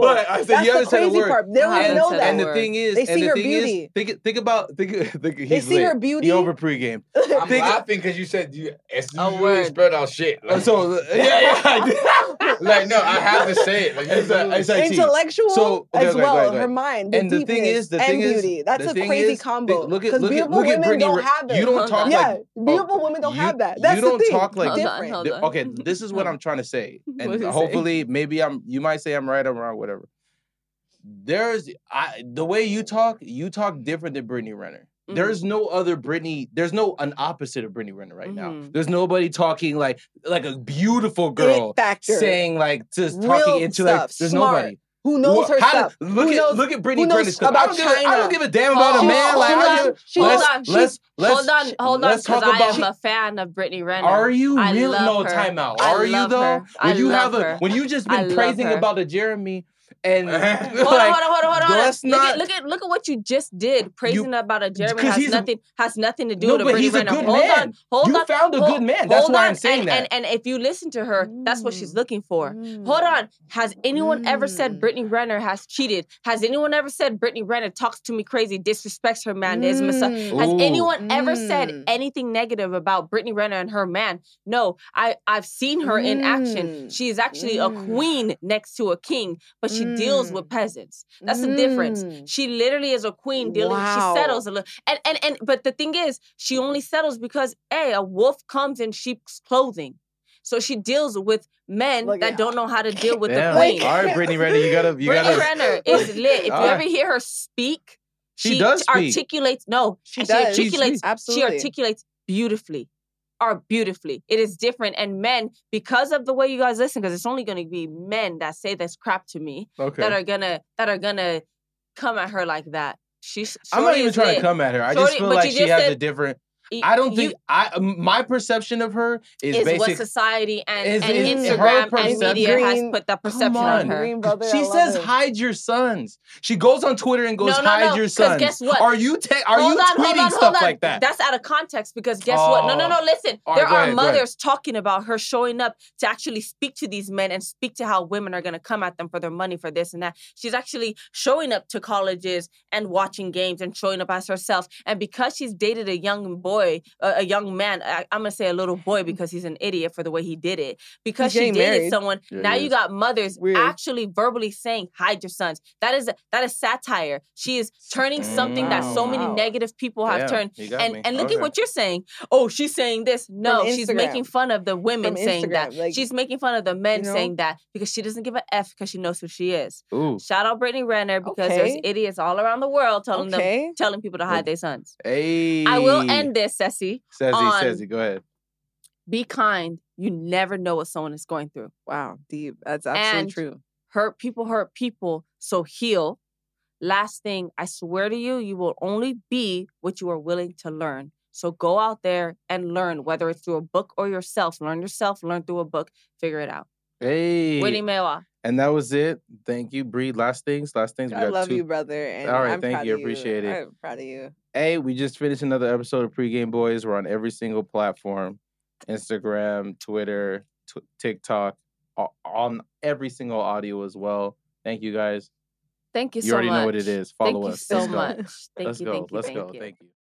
B: But I said you
C: That's the
B: haven't said a
C: crazy
B: word.
C: part. They don't
D: I
C: even
B: and,
D: haven't
C: know
D: said a
C: that.
B: and the
D: word.
B: thing is,
C: They
B: and
C: see
B: the
C: her
B: thing
C: beauty.
B: Is, think, think about. Think, think, they
C: see her beauty.
B: He over pregame.
A: I'm
B: Think-
A: laughing because you said you as soon
D: A
A: as you
D: word.
A: really spread out shit.
B: Uh,
A: Like,
B: So yeah, yeah. I did.
A: like no, I have to say it. Like you
B: It's a-
A: really-
B: it's a- IT.
C: Intellectual
B: So, okay,
C: as
B: okay,
C: well.
B: right, right.
C: Her mind, the
B: and the thing
C: deepness,
B: is, the
C: and
B: thing
C: beauty.
B: is,
C: That's
B: the
C: a
B: thing
C: crazy
B: is,
C: combo.
B: thi- Look at
C: 'Cause
B: look at
C: beautiful
B: look at
C: women
B: Brittany.
C: don't
B: Re-
C: have it.
B: You don't
D: Hold
B: talk
D: on.
C: yeah,
B: like
C: beautiful women don't
B: you-
C: have that.
B: you
C: That's
B: don't
C: the thing.
B: talk like-
D: Hold on,
C: different.
D: hold
B: The-
D: on.
B: okay, this is what I'm trying to say,
D: What'd
B: and
D: you say?
B: hopefully, maybe I'm. You might say I'm right, I'm wrong, whatever. There's I, the way you talk. You talk different than Brittany Renner.
D: Mhm.
B: There's no other Brittany. There's no an opposite of Brittany Renner right now.
D: Mhm.
B: There's nobody talking like like a beautiful
C: It
B: girl
C: factor.
B: saying like just
C: Real
B: talking into like.
C: stuff,
B: There's
C: smart.
B: nobody
C: who knows
B: Wha-
C: her
B: how
C: stuff.
B: did- look
C: Who
B: at
C: knows-
B: look at Brittany
C: who knows
B: Brenner's clip. I
C: about
B: don't, give, a- I
C: China?
B: don't give a damn about
D: Hold
B: a man.
D: on,
B: Like,
D: hold
B: I
D: on,
B: don't give-
C: hold
B: let's,
D: on.
B: let's, let's,
D: hold on, hold
B: let's
D: on,
B: talk
D: because I
B: about.
D: am a fan of Brittany Renner.
B: are you
D: I
B: real?
D: love
B: No,
D: her.
B: time out.
D: I
B: Are you
D: love
B: though?
D: her. I
B: When you
D: love
B: have a
D: her.
B: when you just
D: I
B: been
D: love
B: praising
D: her.
B: about a Jeremy and
A: Hold on,
B: like,
D: Hold on, hold on, hold on, hold on.
B: let's
D: look,
B: not-
D: at, look at look at what you just did. Praising about a Jeremy
B: 'cause
D: has
B: he's a-
D: nothing has nothing to do
B: No,
D: with
B: but
D: Brittany
B: he's a
D: Renner.
B: good
D: hold on,
B: man.
D: hold
B: you
D: on.
B: found a
D: hold-
B: good man. That's
D: hold
B: why
D: on.
B: I'm saying
D: and,
B: that. Mm.
D: And, and if you listen to her, that's what she's
C: Mm.
D: looking for. Hold on. Has anyone ever said
C: Mm.
D: Brittany Renner has cheated? Has anyone ever said Brittany Renner talks to me crazy, disrespects her man, is miso-
C: Mm.
D: Has
B: Ooh.
D: anyone ever said
C: Mm.
D: anything negative about Brittany Renner and her man? No, I I've seen her in action.
C: Mm.
D: She is actually a
C: Mm.
D: queen next to a king, but she deals with
C: Mm.
D: peasants. That's the difference.
C: Mm.
D: She literally is a queen dealing. She settles a little, and and and. But the thing is, she only settles because a a wolf comes in sheep's clothing. So she deals with men
C: Look
D: that
C: at-
D: don't know how to deal with
B: Damn.
D: the queen.
C: Like-
B: All right, Brittany Renner, you gotta you
D: Brittany
B: gotta.
D: Renner is lit. If you
B: All right.
D: ever hear her speak,
B: She does speak.
D: articulates. No,
C: She does.
D: She articulates. She
C: Absolutely.
D: articulates beautifully. Are beautifully. It is different, and men, because of the way you guys listen, because it's only going to be men that say this crap to me
B: Okay.
D: that are gonna that are gonna come at her like that. She's.
B: I'm not
D: Shorty
B: even
D: is
B: trying
D: lit.
B: to come at her. I
D: Shorty-
B: just feel
D: but
B: like
D: you
B: she
D: just
B: has a
D: said-
B: different.
D: You-
B: I don't
D: you-
B: think I um, my perception of her is,
D: is what
B: basic.
D: society and,
B: is-
D: and
C: is her
D: Instagram and
B: perception-
D: media has
C: Green-
D: put that
B: Come
D: perception on
B: on.
D: her.
C: Green brother, I
B: she
C: love
B: says
C: it.
B: hide your sons. She goes on Twitter and goes
D: No, no,
B: hide
D: no,
B: your
D: 'cause
B: sons.
D: guess what?
B: Are you te- are you tweeting stuff like that?
D: That's out of context because guess what? No, no, no.
B: Oh.
D: Listen,
B: All right,
D: there
B: go
D: are
B: ahead, go ahead.
D: mothers talking about her showing up to actually speak to these men and speak to how women are going to come at them for their money for this and that. She's actually showing up to colleges and watching games and showing up as herself. And because she's dated a young boy, a, a young man, I, I'm going to say a little
B: Mm.
D: boy because he's an idiot for the way he did it. Because she
C: getting
D: dated
C: married.
D: someone,
E: Yeah,
D: now
E: he
D: you
E: is.
D: got mothers
C: Weird.
D: actually verbally saying hide your sons. That is that is satire. She is turning something that so many
C: Mm, Wow.
D: negative people have
B: Damn,
D: turned
B: you got
D: and
B: me.
D: and look
B: Okay.
D: at what you're saying. Oh, she's saying this. No, she's
C: Instagram.
D: making fun of the women
C: From
D: saying that.
C: Instagram, like,
D: she's making fun of the men
C: you know?
D: saying that because she doesn't give a f because she knows who she is.
B: Ooh,
D: Shout out Brittany Renner because there's
C: Okay.
D: idiots all around the world telling them
C: Okay.
D: telling people to hide their sons.
B: hey.
D: I will end this, Ceci.
B: Says he,
D: on-
B: says he. Go ahead.
D: Be kind. You never know what someone is going through.
C: Wow, deep. That's absolutely
D: And-
C: true.
D: hurt people hurt people so heal last thing i swear to you you will only be what you are willing to learn So go out there and learn, whether it's through a book or yourself. Learn yourself, learn through a book, figure it out.
B: Hey.
D: Winnie Mewa.
B: And that was it. Thank you, Bree. Last things, last things.
C: I love you, brother. And
B: All right,
C: I'm
B: thank
C: proud
B: you,
C: of
B: appreciate it.
C: I'm proud of you.
B: Hey, we just finished another episode of Pregame Boys. We're on every single platform Instagram, Twitter, tw- TikTok, a- on every single audio as well. Thank you guys.
D: Thank you,
B: You
D: so much.
B: already know what it is. Follow
D: thank
B: us.
D: you so
B: Let's go.
D: much. Thank
B: Let's
D: you,
B: go.
D: thank you,
B: Let's
D: thank
B: go.
D: you.
B: Thank you.